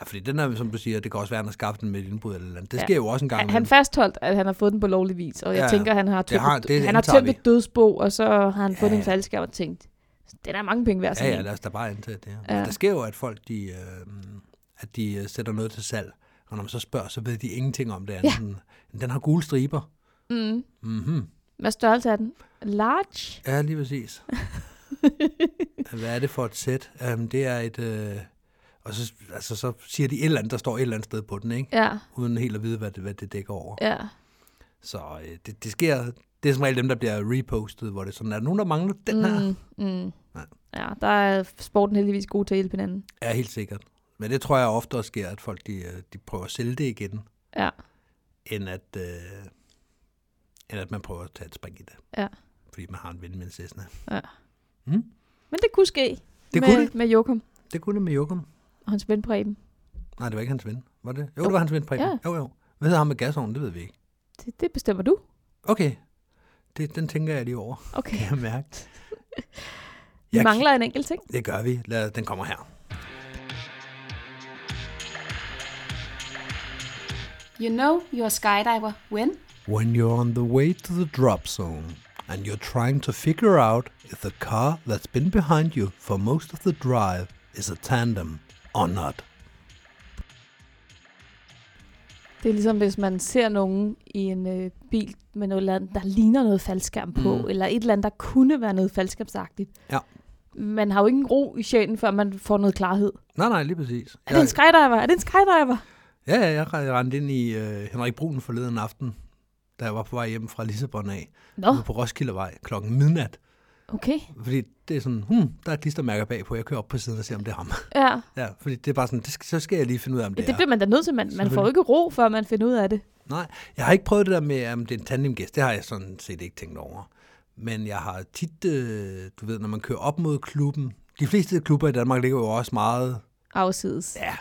Speaker 2: Ja, fordi den er, som du siger, det kan også være, at han har skaffet den med et indbrud eller et eller andet. Det
Speaker 3: Ja.
Speaker 2: sker jo også en gang.
Speaker 3: Han,
Speaker 2: imellem.
Speaker 3: han fastholdt, at han har fået den på lovlig vis, og jeg
Speaker 2: Ja, ja.
Speaker 3: tænker, han har tømt,
Speaker 2: har- det
Speaker 3: han har
Speaker 2: antager
Speaker 3: tømt
Speaker 2: vi.
Speaker 3: et dødsbo, og så har han
Speaker 2: Ja,
Speaker 3: fundet
Speaker 2: ja.
Speaker 3: en faldskærm og tænkt, det er mange penge værd. sådan
Speaker 2: Ja, ja,
Speaker 3: en."
Speaker 2: lad os da bare antage det. Ja.
Speaker 3: Ja.
Speaker 2: Der sker jo, at folk de, øh, at de øh, sætter noget til salg, og når man så spørger, så ved de ingenting om det andet. Ja. End, den har gule striber.
Speaker 3: mm.
Speaker 2: Mm-hmm.
Speaker 3: Hvad størrelse er den? Large?
Speaker 2: Ja, lige præcis. Hvad er det for et sæt? Um, det er et... Øh, og så, altså, så siger de et eller andet, der står et eller andet sted på den, ikke?
Speaker 3: Ja,
Speaker 2: uden helt at vide, hvad det, hvad det dækker over.
Speaker 3: ja.
Speaker 2: Så øh, det, det sker... Det er som regel dem, der bliver repostet, hvor det er sådan, er der nogen, der mangler den her?
Speaker 3: Mm, mm.
Speaker 2: Nej.
Speaker 3: Ja, der er sporten heldigvis god til at hjælpe hinanden.
Speaker 2: Ja, helt sikkert. Men det tror jeg oftere sker, at folk de, øh, de prøver at sælge det igen,
Speaker 3: Ja.
Speaker 2: end at, øh, end at man prøver at tage et spring i det.
Speaker 3: Ja.
Speaker 2: Fordi man har en ven med en Cessna.
Speaker 3: Men det kunne ske
Speaker 2: Det
Speaker 3: med,
Speaker 2: kunne det.
Speaker 3: med Jokum
Speaker 2: Det kunne det med Jokum.
Speaker 3: og hans ven Preben.
Speaker 2: Nej, det var ikke hans ven. Var det? Jo,
Speaker 3: Jo.
Speaker 2: det var hans ven Preben.
Speaker 3: Ja.
Speaker 2: Jo, jo. Hvad hedder ham med gasovnen? Det ved vi ikke.
Speaker 3: Det, det bestemmer du.
Speaker 2: Okay. Det, den tænker jeg lige over,
Speaker 3: Okay.
Speaker 2: kan jeg mærke.
Speaker 3: Vi
Speaker 2: Jeg-
Speaker 3: mangler en enkelt ting.
Speaker 2: Det gør vi. Lad, den kommer her.
Speaker 4: You know you're a skydiver when?
Speaker 2: When you're on the way to the drop zone and you're trying to figure out if the car that's been behind you for most of the drive is a tandem or not.
Speaker 3: Det er ligesom, hvis man ser nogen i en øh, bil med noget eller andet, der ligner noget faldskærm på,
Speaker 2: Mm.
Speaker 3: mm. eller et eller andet, der kunne være noget faldskærmsagtigt.
Speaker 2: Ja.
Speaker 3: Man har jo ingen ro i sjælen, før man får noget klarhed.
Speaker 2: Nej, nej, lige præcis.
Speaker 3: Er det en skydiver? Er det en skydiver?
Speaker 2: Ja, ja, jeg re- rendte ind i øh, Henrik Brun forleden aften, da jeg var på vej hjem fra Lissabon af,
Speaker 3: Nå,
Speaker 2: oh. på Roskildevej klokken midnat.
Speaker 3: okay.
Speaker 2: Fordi det er sådan, hmm, der er klistermærker bagpå, jeg kører op på siden og ser, om det er ham.
Speaker 3: Ja.
Speaker 2: Ja, fordi det er bare sådan, det skal, så skal jeg lige finde ud af, om
Speaker 3: Ja,
Speaker 2: det,
Speaker 3: det
Speaker 2: er.
Speaker 3: bliver man da nødt til. Man, man får jo
Speaker 2: Selvfølgelig.
Speaker 3: ikke ro, før man finder ud af det.
Speaker 2: Nej, jeg har ikke prøvet det der med, om det er en tandemgæst. Det har jeg sådan set ikke tænkt over. Men jeg har tit, øh, du ved, når man kører op mod klubben. De fleste klubber i Danmark ligger jo også meget,
Speaker 3: Afsides.
Speaker 2: ja.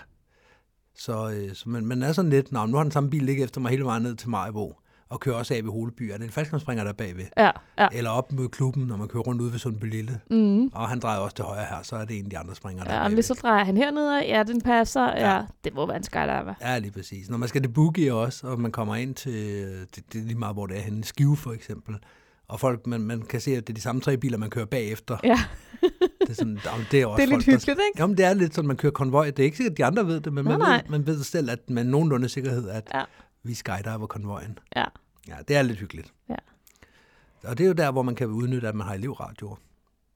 Speaker 2: Så, øh, så man, man er sådan lidt, nå, nu har den samme bil ligget efter mig hele vejen ned til Majbo og kører også af ved Holeby. Er det en faldskabsspringer der er bagved?
Speaker 3: Ja, ja.
Speaker 2: Eller op mod klubben, når man kører rundt ude ved Sundbylille.
Speaker 3: Mm.
Speaker 2: Og han drejer også til højre her, så er det en af de andre springer, der er
Speaker 3: Ja,
Speaker 2: bagved.
Speaker 3: men så drejer han hernede, af. ja, den passer, ja.
Speaker 2: Ja.
Speaker 3: ja. det må være en skydiver.
Speaker 2: Ja, lige præcis. Når man skal til boogie også, og man kommer ind til, det, det er lige meget, hvor det er henne, Skive for eksempel, og folk, man, man kan se, at det er de samme tre biler, man kører bagefter.
Speaker 3: Ja,
Speaker 2: Det er, sådan, jamen, det er, også
Speaker 3: det er
Speaker 2: folk,
Speaker 3: lidt
Speaker 2: der-
Speaker 3: hyggeligt, ikke?
Speaker 2: Jamen, det er lidt sådan, man kører konvoj. Det er ikke sikkert, at de andre ved det, men man,
Speaker 3: Nej,
Speaker 2: ved,
Speaker 3: nej.
Speaker 2: man ved selv, at man nogenlunde sikkerhed, at ja.
Speaker 3: Ja.
Speaker 2: vi skydiver konvojen.
Speaker 3: Ja.
Speaker 2: Ja, det er lidt hyggeligt.
Speaker 3: Ja.
Speaker 2: Og det er jo der, hvor man kan udnytte, at man har elevradioer.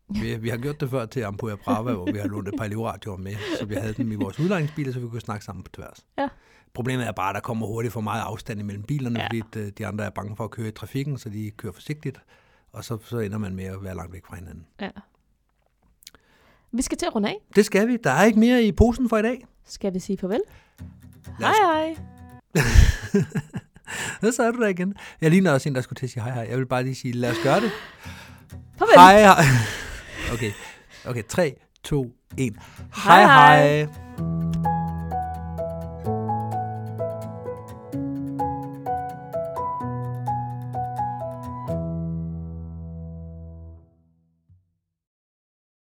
Speaker 2: Vi, vi har gjort det før til Ampoya Brava, hvor vi har lånt et par elevradioer med, så vi havde dem i vores udlejningsbiler, så vi kunne snakke sammen på tværs.
Speaker 3: Ja.
Speaker 2: Problemet er bare, at der kommer hurtigt for meget afstand imellem bilerne, ja.
Speaker 3: Ja.
Speaker 2: fordi øh, de andre er bange for at køre i trafikken, så de kører forsigtigt, og så, så ender man med at være langt væk fra hinanden.
Speaker 3: Ja. Vi skal til at runde af.
Speaker 2: Det skal vi. Der er ikke mere i posen for i dag.
Speaker 3: Skal vi sige farvel?
Speaker 2: Lad
Speaker 3: Hej
Speaker 2: os-
Speaker 3: hej.
Speaker 2: Så er du der igen. Jeg ligner også en, der skulle til at sige hej hej. Jeg vil bare lige sige, lad os gøre det.
Speaker 3: Farvel.
Speaker 2: Hej hej. Okay, okay 3, 2, 1. Hej hej.
Speaker 3: Hej,
Speaker 2: hej.
Speaker 3: hej.
Speaker 2: hej.